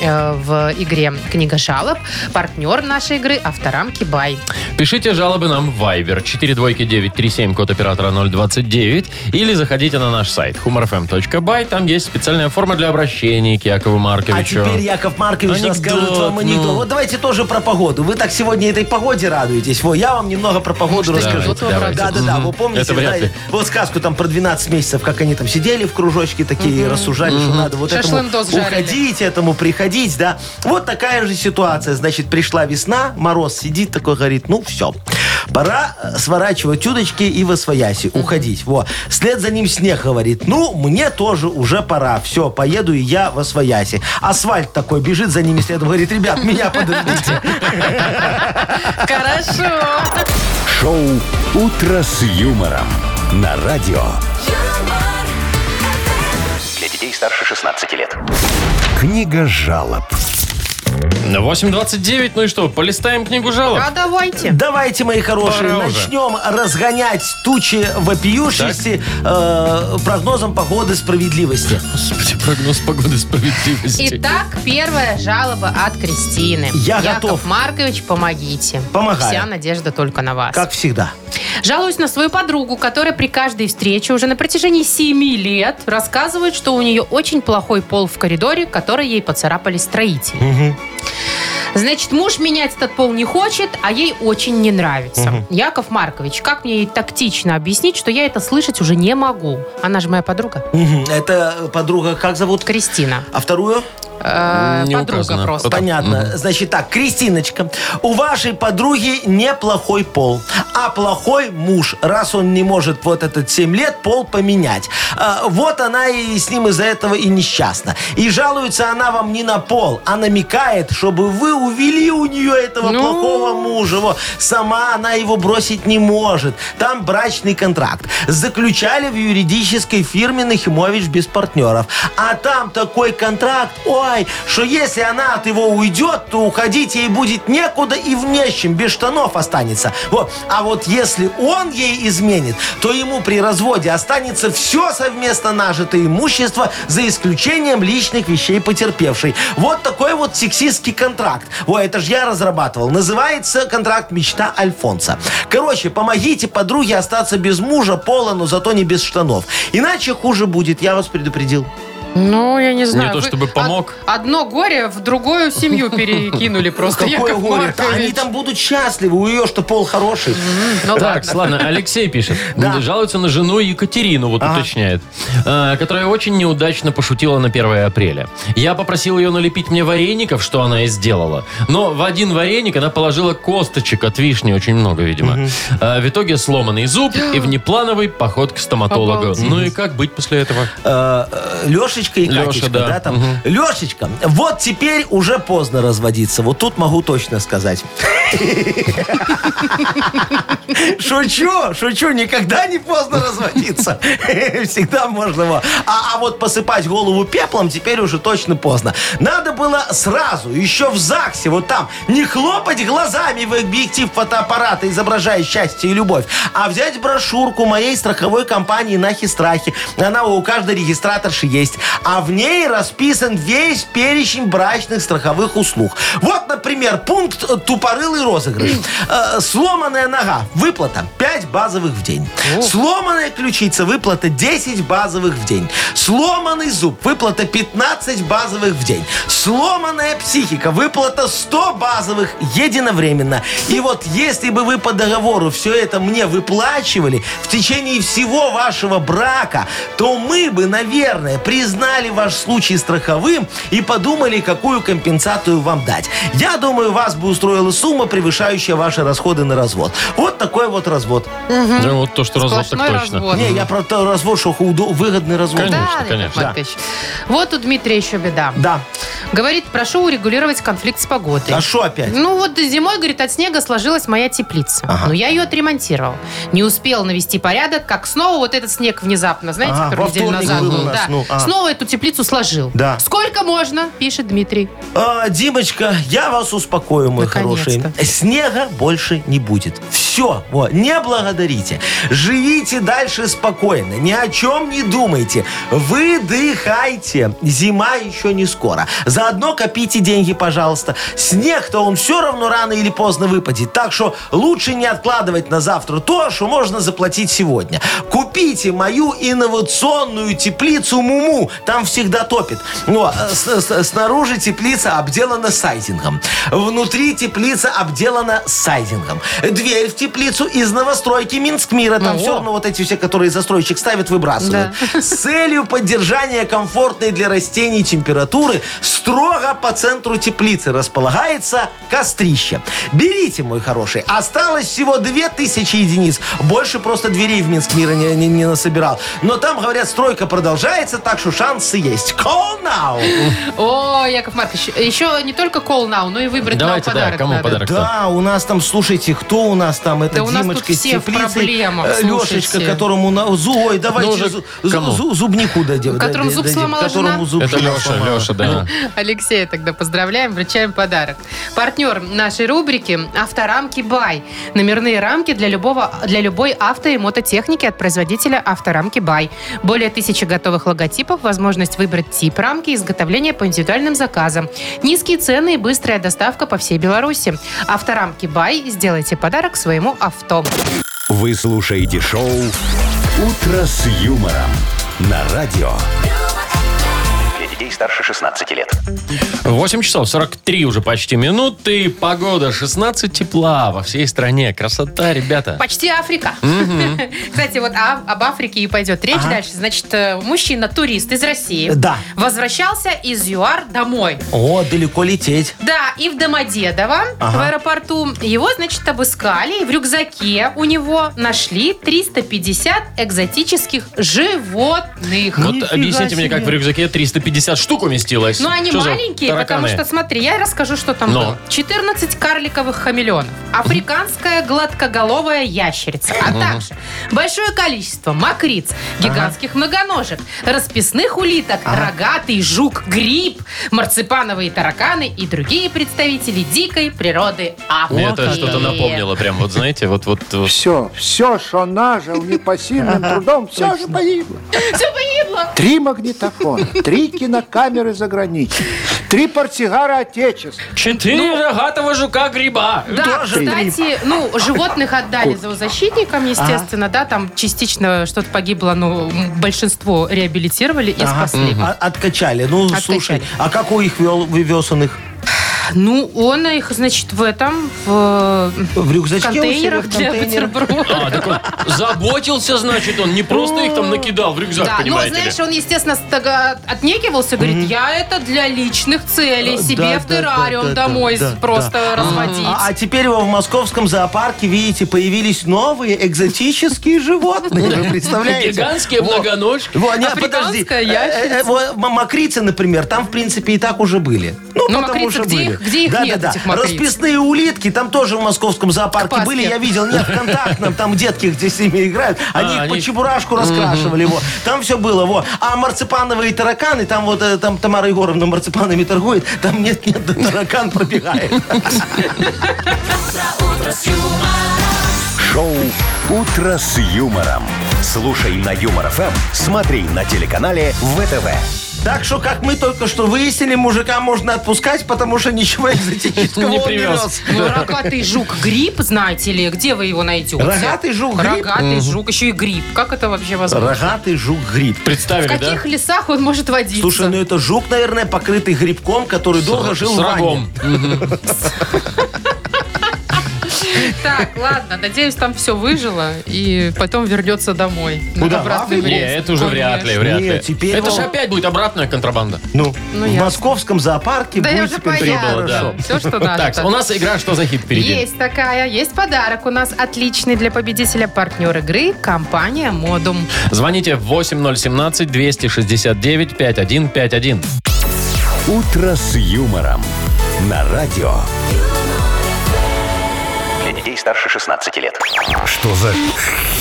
Speaker 2: э, в игре «Книга жалоб». Партнер нашей игры – авторамки «Бай».
Speaker 4: Пишите жалобы нам в Viber 42937, код оператора 029, или заходите на наш сайт humorfm.by. Там есть специальная форма для обращений к Якову
Speaker 3: А
Speaker 4: Марковичу.
Speaker 3: теперь Яков Маркович
Speaker 4: Анекдот,
Speaker 3: расскажет вам анекдот.
Speaker 4: ну.
Speaker 3: Вот давайте тоже про погоду. Вы так сегодня этой погоде радуетесь. Во, я вам немного про погоду
Speaker 4: Может,
Speaker 3: расскажу.
Speaker 4: анекдот выбрать?
Speaker 3: да, да, да.
Speaker 4: Мгм.
Speaker 3: Вы помните,
Speaker 4: Это вряд
Speaker 3: да,
Speaker 4: ли.
Speaker 3: вот сказку там про 12 месяцев, как они там сидели в кружочке такие и рассуждали, что надо вот этому
Speaker 2: Шашлындос жарили.
Speaker 3: уходить, этому приходить, да. Вот такая же ситуация. Значит, пришла весна, мороз сидит такой, говорит, ну все, пора э, сворачивать удочки и во свояси, уходить. Во. След за ним снег говорит, ну, мне тоже уже пора, все, поеду и я во свояси. Асфальт такой бежит за ними следом, говорит, ребят, меня подождите.
Speaker 2: Хорошо.
Speaker 1: Шоу «Утро с юмором» на радио.
Speaker 6: Для детей старше 16 лет.
Speaker 1: Книга жалоб.
Speaker 4: 8.29, ну и что, полистаем книгу жалоб?
Speaker 2: А давайте.
Speaker 3: Давайте, мои хорошие,
Speaker 4: Пора уже.
Speaker 3: начнем разгонять тучи вопиющести э, прогнозом погоды справедливости.
Speaker 4: Господи, прогноз погоды справедливости.
Speaker 2: Итак, первая жалоба от Кристины.
Speaker 3: Я
Speaker 2: Яков
Speaker 3: готов.
Speaker 2: Маркович, помогите.
Speaker 3: Помогаю.
Speaker 2: Вся надежда только на вас.
Speaker 3: Как всегда.
Speaker 2: Жалуюсь на свою подругу, которая при каждой встрече уже на протяжении семи лет рассказывает, что у нее очень плохой пол в коридоре, который ей поцарапали строители. Значит, муж менять этот пол не хочет, а ей очень не нравится. Яков Маркович, как мне ей тактично объяснить, что я это слышать уже не могу? Она же моя подруга.
Speaker 3: Мгм. Это подруга, как зовут?
Speaker 2: Кристина.
Speaker 3: А вторую?
Speaker 2: э,
Speaker 4: Не
Speaker 2: подруга
Speaker 4: указано.
Speaker 2: просто.
Speaker 4: Вот так.
Speaker 3: Понятно. Значит так, Кристиночка, у вашей подруги неплохой пол, а плохой муж, раз он не может вот этот 7 лет пол поменять. А, вот она и с ним из-за этого и несчастна. И жалуется она вам не на пол, а намекает, чтобы вы увели у нее этого
Speaker 2: Ну.
Speaker 3: плохого мужа. Во. Сама она его бросить не может. Там брачный контракт. Заключали в юридической фирме Нахимович без партнеров. А там такой контракт, ой, что если она от его уйдет, то уходить ей будет некуда и в нечем, без штанов останется. Вот. А вот если он ей изменит, то ему при разводе останется все совместно нажитое имущество за исключением личных вещей потерпевшей. Вот такой вот сексистский контракт. Во, это же я разрабатывал. Называется контракт «Мечта Альфонса». Короче, помогите подруге остаться без мужа, пола, но зато не без штанов. Иначе хуже будет, я вас предупредил.
Speaker 2: Ну, я не знаю.
Speaker 4: то,
Speaker 2: вы
Speaker 4: чтобы
Speaker 2: од-
Speaker 4: помог.
Speaker 2: одно горе в другую
Speaker 3: (laughs)
Speaker 2: семью перекинули просто.
Speaker 3: Какое
Speaker 2: Яков
Speaker 3: горе Они
Speaker 2: Маркович.
Speaker 3: там будут счастливы, у нее что пол хороший.
Speaker 2: Ну
Speaker 4: Так,
Speaker 2: ладно.
Speaker 4: ладно, Алексей пишет.
Speaker 3: Да.
Speaker 4: Жалуется на жену Екатерину, вот уточняет, э, которая очень неудачно пошутила на 1 апреля. Я попросил ее налепить мне вареников, что она и сделала. Но в один вареник она положила косточек от вишни, очень много, видимо. Э, В итоге сломанный зуб и внеплановый поход к стоматологу.
Speaker 2: Обалдеть.
Speaker 4: Ну и как быть после этого?
Speaker 3: Э, э, Лешечка и
Speaker 4: Леша,
Speaker 3: Катечка,
Speaker 4: да.
Speaker 3: да, там.
Speaker 4: Мгм.
Speaker 3: Лешечка, вот теперь уже поздно разводиться. Вот тут могу точно сказать. Шучу, шучу, никогда не поздно разводиться. Всегда можно. во. А, а вот посыпать голову пеплом теперь уже точно поздно. Надо было сразу, еще в ЗАГСе, вот там, не хлопать глазами в объектив фотоаппарата, изображая счастье и любовь, а взять брошюрку моей страховой компании «Нахи-страхи». Она у каждой регистраторши есть. А в ней расписан весь перечень брачных страховых услуг. Вот, например, пункт э, «Тупорылый розыгрыш». Э, Сломанная нога. Выплата 5 базовых в день. Сломанная ключица. Выплата 10 базовых в день. Сломанный зуб. Выплата 15 базовых в день. Сломанная психика. Выплата 100 базовых единовременно. И вот если бы вы по договору все это мне выплачивали в течение всего вашего брака, то мы бы, наверное, признали ваш случай страховым и подумали, какую компенсацию вам дать. Я думаю, вас бы устроила сумма, превышающая ваши расходы на развод. Вот такой вот развод.
Speaker 4: Да, Ну, вот то, что развод, так
Speaker 2: Сплошной
Speaker 4: точно.
Speaker 2: развод.
Speaker 3: Не, я про то развод, что худо- выгодный развод.
Speaker 4: Конечно,
Speaker 2: Да, Яков
Speaker 4: конечно.
Speaker 2: Маркович. Вот у Дмитрия еще беда.
Speaker 3: Да.
Speaker 2: Говорит, прошу урегулировать конфликт с погодой.
Speaker 3: А что опять?
Speaker 2: Ну вот зимой, говорит, от снега сложилась моя теплица. Но я ее отремонтировал. Не успел навести порядок, как снова вот этот снег внезапно, знаете,
Speaker 3: Ага,
Speaker 2: пару
Speaker 3: во
Speaker 2: недель
Speaker 3: вторник
Speaker 2: назад
Speaker 3: был у
Speaker 2: был.
Speaker 3: нас,
Speaker 2: да.
Speaker 3: ну, а.
Speaker 2: Снова эту теплицу сложил.
Speaker 3: Да.
Speaker 2: Сколько можно, пишет Дмитрий.
Speaker 3: А, Димочка, я вас успокою, мой
Speaker 2: Наконец-то.
Speaker 3: хороший. Снега больше не будет. Все, вот, не благодарите. Живите дальше спокойно, ни о чем не думайте. Выдыхайте. Зима еще не скоро. Заодно копите деньги, пожалуйста. Снег-то он все равно рано или поздно выпадет. Так что лучше не откладывать на завтра то, что можно заплатить сегодня. Купите мою инновационную теплицу Муму. Там всегда топит. Но снаружи теплица обделана сайдингом. Внутри теплица обделана сайдингом. Дверь в теплицу из новостройки Минск мира. Там
Speaker 2: Ну,
Speaker 3: все
Speaker 2: о.
Speaker 3: равно вот эти все, которые застройщик ставит, выбрасывают. С целью поддержания комфортной для растений температуры строго по центру теплицы располагается кострище. Берите, мой хороший. Осталось всего 2000 единиц. Больше просто дверей в Минск мира не, не- не насобирал. Но там, говорят, стройка продолжается, так что шансы есть. Call now!
Speaker 2: О, Яков Маркович, еще не только call now, но и выбрать нам
Speaker 4: Давайте, да,
Speaker 2: подарок
Speaker 4: кому
Speaker 2: надо.
Speaker 4: подарок?
Speaker 3: Да, у нас там, слушайте, кто у нас там? Это
Speaker 2: Да у нас тут
Speaker 3: Димочка с
Speaker 2: все в
Speaker 3: теплицей.
Speaker 2: проблемах,
Speaker 3: э, Лешечка,
Speaker 2: слушайте. Ну,
Speaker 3: которому на зу, ой, давайте
Speaker 4: уже
Speaker 3: зу- зу-
Speaker 4: кому?
Speaker 3: зу- зубнику дадим.
Speaker 2: Которому зуб сломала жена?
Speaker 3: Которому зуб
Speaker 4: Это
Speaker 3: жена
Speaker 4: Леша,
Speaker 3: сломала.
Speaker 4: Леша, да.
Speaker 2: Алексея тогда поздравляем, вручаем подарок. Партнер нашей рубрики «Авторамки Бай». Номерные рамки для, любого, для любой авто и мототехники от производителя «Авторамки Бай». Более тысячи готовых логотипов, возможность выбрать тип рамки, изготовление по индивидуальным заказам. Низкие цены и быстрая доставка по всей Беларуси. «Авторамки Бай» сделайте подарок своему авто.
Speaker 1: Вы слушаете шоу «Утро с юмором» на радио.
Speaker 6: Для детей старше 16 лет.
Speaker 4: 8 часов 43 уже почти минуты. Погода 16 тепла во всей стране. Красота, ребята.
Speaker 2: Почти Африка. Кстати, вот а- об Африке и пойдет речь дальше. Значит, э, мужчина, турист из России,
Speaker 3: Да.
Speaker 2: возвращался из ЮАР домой.
Speaker 3: О, далеко лететь.
Speaker 2: Да, и в Домодедово, в аэропорту, его, значит, обыскали, и в рюкзаке у него нашли 350 экзотических животных.
Speaker 4: Вот
Speaker 3: Нифига
Speaker 4: объясните мне,
Speaker 3: себе.
Speaker 4: как в рюкзаке 350 штук уместилось.
Speaker 2: Ну, они
Speaker 4: Что за
Speaker 2: маленькие, потому
Speaker 4: тараканы?
Speaker 2: что, смотри, я расскажу, что там
Speaker 4: Ну.
Speaker 2: было. 14 карликовых хамелеонов, африканская гладкоголовая ящерица, а также большое количество мокриц, гигантских многоножек, расписных улиток, рогатый жук, гриб, марципановые тараканы и другие представители дикой природы Африки.
Speaker 4: Мне это что-то напомнило прям, вот знаете, вот, вот, вот.
Speaker 9: Все, все, что нажил непосильным трудом, все же погибло.
Speaker 2: Все погибло.
Speaker 9: Три магнитофона, три кинокамеры за границей, три портсигара отечества.
Speaker 4: Четыре рогатого жука-гриба.
Speaker 2: Да, кстати, ну, животных отдали зоозащитникам, естественно, да, там частично что-то погибло, но м, большинство реабилитировали и спасли.
Speaker 3: А- Откачали. Ну,
Speaker 2: Откачали.
Speaker 3: слушай, а как у их вел- вывез он их?
Speaker 2: Ну, он их, значит, в этом, в э,
Speaker 3: В рюкзачке у себя, в
Speaker 2: контейнерах для
Speaker 3: контейнерах?
Speaker 4: А,
Speaker 3: (laughs)
Speaker 2: бутерброда.
Speaker 4: так он заботился, значит, он не просто их там накидал в рюкзак,
Speaker 2: Да, ну,
Speaker 4: понимаете ли.
Speaker 2: знаешь, он, естественно, стога- отнекивался, говорит, я это для личных целей,
Speaker 3: Да,
Speaker 2: себе
Speaker 3: А, да,
Speaker 2: в
Speaker 3: да,
Speaker 2: террариум
Speaker 3: да, да,
Speaker 2: домой
Speaker 3: да,
Speaker 2: просто разводить.
Speaker 3: А, а теперь его в московском зоопарке, видите, появились новые экзотические животные. Вы представляете?
Speaker 4: Гигантские
Speaker 3: Во.
Speaker 4: многоножки.
Speaker 3: Во, не, подожди.
Speaker 2: Африканская
Speaker 3: Э, э, э, во, м- Мокрицы, например, там, в принципе, и так уже были. Ну,
Speaker 2: Ну,
Speaker 3: потому
Speaker 2: мокрицы,
Speaker 3: что
Speaker 2: где
Speaker 3: были.
Speaker 2: их- где их
Speaker 3: да,
Speaker 2: нет,
Speaker 3: да,
Speaker 2: этих
Speaker 3: да.
Speaker 2: мокриц?
Speaker 3: Расписные улитки там тоже в московском зоопарке
Speaker 2: Копаски.
Speaker 3: были. Я видел, нет, в контактном, там детки, где с ними играют. Они
Speaker 4: А,
Speaker 3: их по
Speaker 4: они-
Speaker 3: чебурашку раскрашивали. во. Там все было. во. А марципановые тараканы, там вот э, там Тамара Егоровна марципанами торгует, там нет-нет, да таракан пробегает.
Speaker 1: Шоу «Утро с юмором». Слушай на Юмор ФМ, смотри на телеканале ВТВ.
Speaker 3: Так что, как мы только что выяснили, мужика можно отпускать, потому что ничего экзотического
Speaker 4: Не
Speaker 3: он не
Speaker 4: привез.
Speaker 3: вез.
Speaker 2: Ну, рогатый жук гриб, знаете ли, где вы его найдете?
Speaker 3: Рогатый жук гриб?
Speaker 2: Рогатый жук, еще и гриб. Как это вообще возможно?
Speaker 3: Рогатый жук-гриб.
Speaker 2: В
Speaker 4: Представили, да?
Speaker 2: каких лесах он может водиться?
Speaker 3: Слушай, ну это жук, наверное, покрытый грибком, который долго жил
Speaker 4: С
Speaker 3: в ванне.
Speaker 4: рогом.
Speaker 2: (laughs) Так, ладно, надеюсь, там все выжило и потом вернется домой.
Speaker 3: Куда?
Speaker 2: Обратный
Speaker 3: В Африку?
Speaker 4: Не,
Speaker 2: рейс.
Speaker 4: это уже вряд ли,
Speaker 2: Конечно.
Speaker 4: вряд
Speaker 3: Нет,
Speaker 4: ли.
Speaker 3: теперь
Speaker 4: Это
Speaker 3: он-
Speaker 4: же опять будет обратная контрабанда.
Speaker 3: Ну,
Speaker 2: Ну,
Speaker 3: в
Speaker 2: ясно.
Speaker 3: московском зоопарке
Speaker 2: Да я
Speaker 3: будет
Speaker 2: уже
Speaker 3: теперь
Speaker 2: поняла,
Speaker 3: хорошо.
Speaker 4: да.
Speaker 2: Все, что надо.
Speaker 4: Так, у нас игра «Что за хит» впереди?
Speaker 2: Есть такая, есть подарок у нас отличный для победителя партнер игры компания Модум.
Speaker 4: Звоните 8017-269-5151.
Speaker 1: «Утро с юмором» на радио.
Speaker 6: Для детей старше 16 лет.
Speaker 1: Что за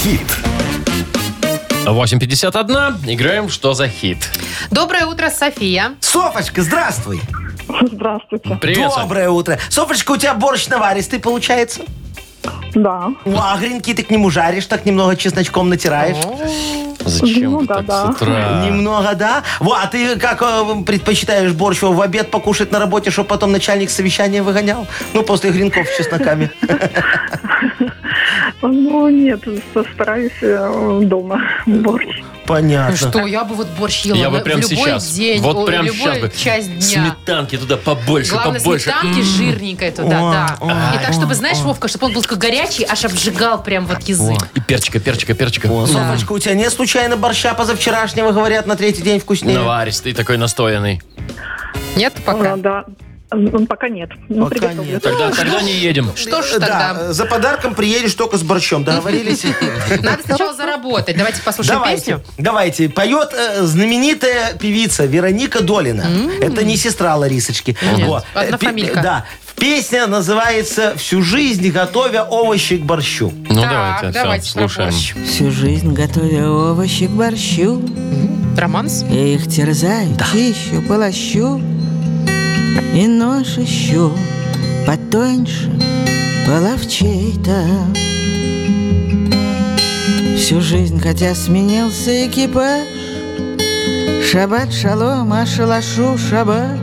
Speaker 1: хит?
Speaker 4: 8.51. Играем «Что за хит?»
Speaker 2: Доброе утро, София.
Speaker 3: Софочка, здравствуй.
Speaker 10: Здравствуйте.
Speaker 4: Привет, Сань.
Speaker 3: Доброе утро. Софочка, у тебя борщ наваристый получается?
Speaker 10: Да.
Speaker 3: Ну, а гренки ты к нему жаришь, так немного чесночком натираешь.
Speaker 4: Зачем
Speaker 10: Ну
Speaker 4: вы
Speaker 10: да,
Speaker 4: так
Speaker 10: да.
Speaker 4: с утра?
Speaker 3: Немного, да? Во, а ты как э, предпочитаешь борщ в обед покушать на работе, чтобы потом начальник совещания выгонял? Ну, после гренков с чесноками.
Speaker 10: Ну нет, стараюсь э, дома. Борщ.
Speaker 3: Понятно.
Speaker 2: Что, я бы вот борщ ела
Speaker 4: Я бы
Speaker 2: в-
Speaker 4: прям
Speaker 2: в любой
Speaker 4: сейчас.
Speaker 2: день,
Speaker 4: Вот
Speaker 2: ой,
Speaker 4: прям
Speaker 2: в любой
Speaker 4: сейчас бы.
Speaker 2: часть дня.
Speaker 4: Сметанки туда побольше,
Speaker 2: Главное,
Speaker 4: побольше.
Speaker 2: сметанки
Speaker 4: М.
Speaker 2: жирненькой туда,
Speaker 3: Ой,
Speaker 2: да.
Speaker 3: ой,
Speaker 2: И так, чтобы, знаешь, Вовка, чтобы он был такой горячий, аж обжигал прям вот язык.
Speaker 4: И перчика, перчика, перчика.
Speaker 3: Софочка, у тебя нет случайно борща позавчерашнего, говорят, на третий день вкуснее?
Speaker 4: Наваристый такой настоянный.
Speaker 2: Нет пока?
Speaker 10: Э, Да. М, Пока нет. Ну,
Speaker 3: Пока
Speaker 10: приготовлю.
Speaker 3: нет.
Speaker 4: Тогда, тогда
Speaker 2: ну.
Speaker 4: не едем.
Speaker 2: Что ж
Speaker 3: Э,
Speaker 2: тогда?
Speaker 3: Да, э, за подарком приедешь только с
Speaker 2: (laughs)
Speaker 3: борщом, договорились?
Speaker 2: Надо сначала заработать. Давайте послушаем
Speaker 3: Давайте,
Speaker 2: песню.
Speaker 3: давайте. Поет э, знаменитая певица Вероника Долина. Это не сестра Ларисочки. Во. Э, пе-
Speaker 2: Однофамилька.
Speaker 3: Да. Песня называется «Всю жизнь готовя овощи к борщу».
Speaker 4: Ну
Speaker 2: Так,
Speaker 4: давайте, всё,
Speaker 2: давайте про
Speaker 4: слушаем.
Speaker 2: борщ.
Speaker 8: Всю жизнь готовя овощи к борщу,
Speaker 2: Романс?
Speaker 8: я их терзаю, чищу, полощу и нож ищу потоньше половчей-то. Всю жизнь, хотя сменился экипаж, шабат шалом, а шалашу шабаш.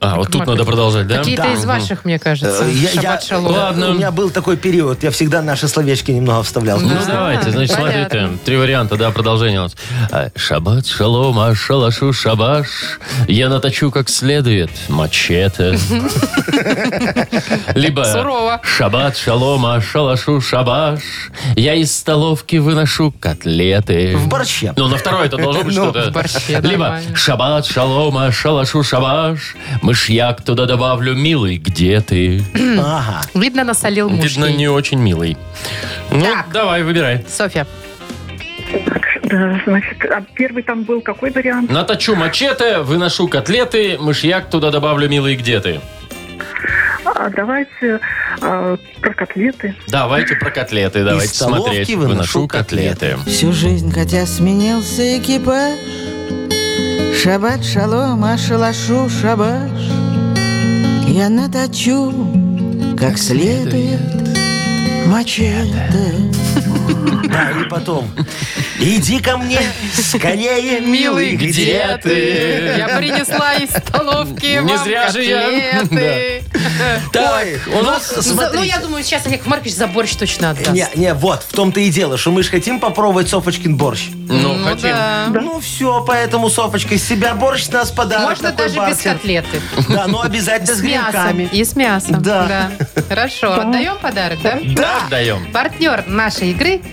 Speaker 4: А, вот тут
Speaker 2: Маркович.
Speaker 4: надо продолжать, да?
Speaker 2: Какие-то
Speaker 4: Да.
Speaker 2: из
Speaker 4: Мгм.
Speaker 2: ваших, мне кажется.
Speaker 3: Э, я- я-
Speaker 2: Шаббат шалом.
Speaker 4: Ладно.
Speaker 3: У меня был такой период, я всегда наши словечки немного вставлял.
Speaker 4: Ну,
Speaker 2: Да,
Speaker 4: давайте, значит,
Speaker 2: понятно.
Speaker 4: смотрите, три варианта, да, продолжение у нас. А, Шабат, шалом, а шалашу, шабаш. Я наточу как следует. Мачете. Либо
Speaker 2: Сурово.
Speaker 4: шабат, шалом, а шалашу, шабаш. Я из столовки выношу котлеты.
Speaker 3: В борще.
Speaker 4: Ну, на второй это должно быть
Speaker 2: Ну,
Speaker 4: что-то.
Speaker 2: в борще,
Speaker 4: Либо
Speaker 2: нормально.
Speaker 4: шабат, шалом, а шалашу, шабаш. Мышьяк туда добавлю, милый, где ты?
Speaker 3: Ага.
Speaker 2: Видно, насолил муж.
Speaker 4: Видно,
Speaker 2: ей.
Speaker 4: не очень милый. Ну,
Speaker 2: Так.
Speaker 4: давай, выбирай.
Speaker 2: Софья.
Speaker 10: Так, да, значит, а первый там был какой вариант?
Speaker 4: Наточу мачете, выношу котлеты, мышьяк туда добавлю, милый, где ты?
Speaker 10: А, давайте а, про котлеты.
Speaker 4: Давайте про котлеты, давайте смотреть.
Speaker 3: столовки выношу
Speaker 8: Всю жизнь, хотя сменился экипаж. Шабат шалом, а шалашу шабаш. Я наточу, как следует, мачете.
Speaker 3: Да, А, и потом. Иди ко мне,
Speaker 2: (laughs)
Speaker 3: скорее, милый,
Speaker 4: где
Speaker 3: где
Speaker 4: ты?
Speaker 2: Я принесла из столовки
Speaker 4: Не
Speaker 2: вам
Speaker 4: зря же я.
Speaker 2: котлеты.
Speaker 4: Так, у нас...
Speaker 2: За- Ну,
Speaker 3: смотрите.
Speaker 2: я думаю, сейчас Олег Маркович за борщ точно отдаст.
Speaker 3: Не, не, вот, в том-то и дело, что мы же хотим попробовать Софочкин борщ.
Speaker 4: Ну, хотим.
Speaker 2: да.
Speaker 3: Ну все, поэтому, Софочка, из себя борщ с нас подарок.
Speaker 2: Можно
Speaker 3: такой
Speaker 2: даже без
Speaker 3: бартер.
Speaker 2: котлеты.
Speaker 3: Да, но обязательно с
Speaker 2: С мясом.
Speaker 3: гренками.
Speaker 2: И с мясом.
Speaker 3: Да.
Speaker 2: Да. Хорошо. Отдаем подарок, да?
Speaker 4: Да, даем.
Speaker 2: Партнер нашей игры –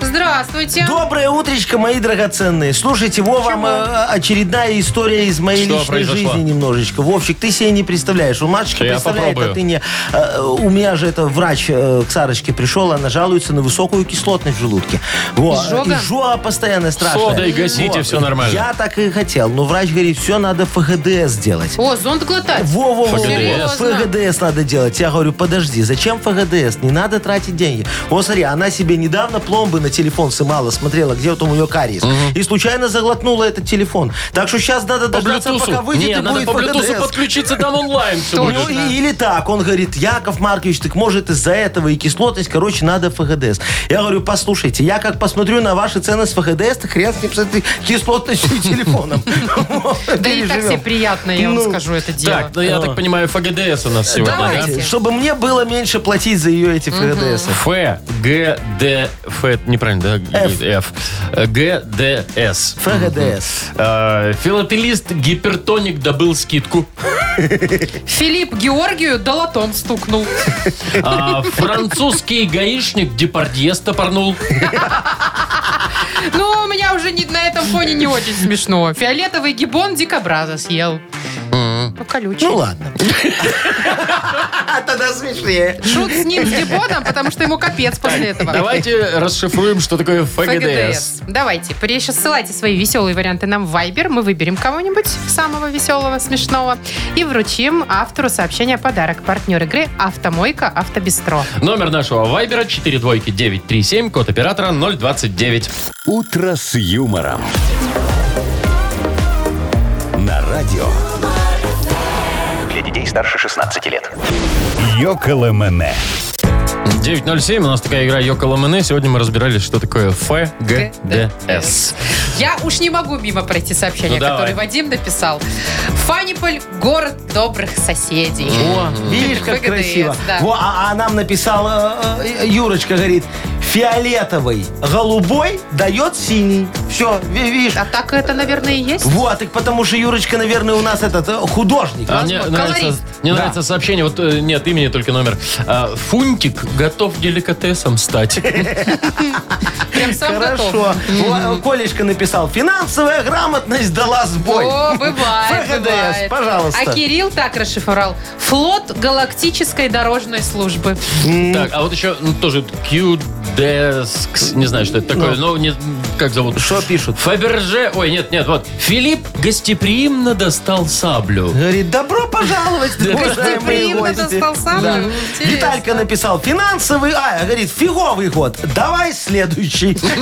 Speaker 2: Здравствуйте.
Speaker 3: Доброе утречко, мои драгоценные. Слушайте, во, вам э, очередная история из моей
Speaker 4: Что
Speaker 3: личной
Speaker 4: произошло?
Speaker 3: жизни немножечко. Вовчик, ты себе не представляешь. У Машечка
Speaker 4: Да я
Speaker 3: представляет,
Speaker 4: попробую.
Speaker 3: а ты не. Э, у меня же это врач э, к Сарочке пришел, она жалуется на высокую кислотность в желудке. Во,
Speaker 2: Изжога?
Speaker 3: Изжога постоянно страшная.
Speaker 4: Содой гасите, всё нормально.
Speaker 3: Я так и хотел, но врач говорит, все надо ФГД сделать.
Speaker 2: О, зонт глотать.
Speaker 3: Во-во-во,
Speaker 4: ФГДС.
Speaker 3: ФГДС надо делать. Я говорю, подожди, зачем ФГДС? Не надо тратить деньги. Вот смотри, она себе недавно пломбы на телефон сымала, смотрела, где вот у нее кариес. И случайно заглотнула этот телефон. Так что сейчас надо
Speaker 4: По
Speaker 3: дождаться,
Speaker 4: блютусу.
Speaker 3: пока выйдет
Speaker 4: Не,
Speaker 3: и
Speaker 4: надо
Speaker 3: будет
Speaker 4: по блютусу
Speaker 3: ФГДС.
Speaker 4: подключиться, там онлайн все
Speaker 3: Ну,
Speaker 4: будет.
Speaker 3: и- или так, он говорит, Яков Маркович, так может из-за этого и кислотность, короче, надо ФГДС. Я говорю, послушайте, я как посмотрю на ваши цены с ФГДС, так хрен с ним с этой кислотностью и телефоном. (laughs) Вот,
Speaker 2: Да и так
Speaker 3: переживем.
Speaker 2: себе приятно, я вам
Speaker 3: Ну,
Speaker 2: скажу, это дело.
Speaker 4: Так, ну я так понимаю, ФГДС у нас сегодня, да?
Speaker 3: Давайте, чтобы мне было меньше платить за ее эти ФГДС.
Speaker 4: Ф, Г, Д, Ф, это неправильно, да?
Speaker 3: Ф.
Speaker 4: Ф. Э, Г, Д, С.
Speaker 3: ФГДС.
Speaker 4: Э, Филателист гипертоник добыл скидку.
Speaker 2: Филипп Георгию долотом стукнул.
Speaker 4: А, Французский гаишник Депардье стопорнул.
Speaker 2: Ну, у меня уже не, на этом фоне не очень смешно. Фиолетовый гибон дикобраза съел. Ну, колючий.
Speaker 3: Ну ладно. А тогда смешнее.
Speaker 2: Шут с ним, с гибоном, потому что ему капец после этого.
Speaker 4: Давайте расшифруем, что такое ФГДС.
Speaker 2: ФГДС. Давайте, при- еще ссылайте свои веселые варианты нам в Viber. Мы выберем кого-нибудь самого веселого, смешного и вручим автору сообщения подарок. Партнер игры «Автомойка Автобестро».
Speaker 4: Номер нашего вайбера 42937, код оператора 029.
Speaker 1: «Утро с юмором». На радио
Speaker 6: Для детей старше 16 лет.
Speaker 1: «Йоколэмэне».
Speaker 4: 9.07, у нас такая игра Йокола Сегодня мы разбирались, что такое ФГДС.
Speaker 2: Я уж не могу мимо пройти сообщение,
Speaker 4: Ну, давай.
Speaker 2: которое Вадим написал. Фаниполь – город добрых соседей.
Speaker 3: Видишь, как
Speaker 2: ФГДС,
Speaker 3: красиво.
Speaker 2: да.
Speaker 3: Во, а, а нам написала э, э, Юрочка, говорит, фиолетовый, голубой дает синий. Все, видишь.
Speaker 2: А так это, наверное, и есть.
Speaker 3: Вот, так потому что Юрочка, наверное, у нас этот э, художник.
Speaker 4: А мне нравится,
Speaker 2: колорист.
Speaker 4: мне
Speaker 3: Да.
Speaker 4: нравится сообщение, вот э, нет, имени только номер. А, Фунтик готов деликатесом стать.
Speaker 2: Прям сам готов.
Speaker 3: Хорошо. Во, Колешка написал, финансовая грамотность дала сбой.
Speaker 2: О, бывает,
Speaker 3: ФГДС,
Speaker 2: бывает.
Speaker 3: пожалуйста.
Speaker 2: А Кирилл так расшифровал. Флот галактической дорожной службы.
Speaker 4: Так, а вот еще ну, тоже QDesks, не знаю, что это такое, но не- как зовут?
Speaker 3: Что пишут?
Speaker 4: Фаберже, ой, нет, нет, вот. Филипп гостеприимно достал
Speaker 3: (laughs)
Speaker 4: саблю.
Speaker 3: Говорит, добро пожаловать, уважаемые
Speaker 2: Гостеприимно
Speaker 3: гости.
Speaker 2: достал сам.
Speaker 3: Да.
Speaker 2: Интересно.
Speaker 3: Виталька написал, финансовый, а, говорит, фиговый год, давай следующий.
Speaker 2: Хорошо.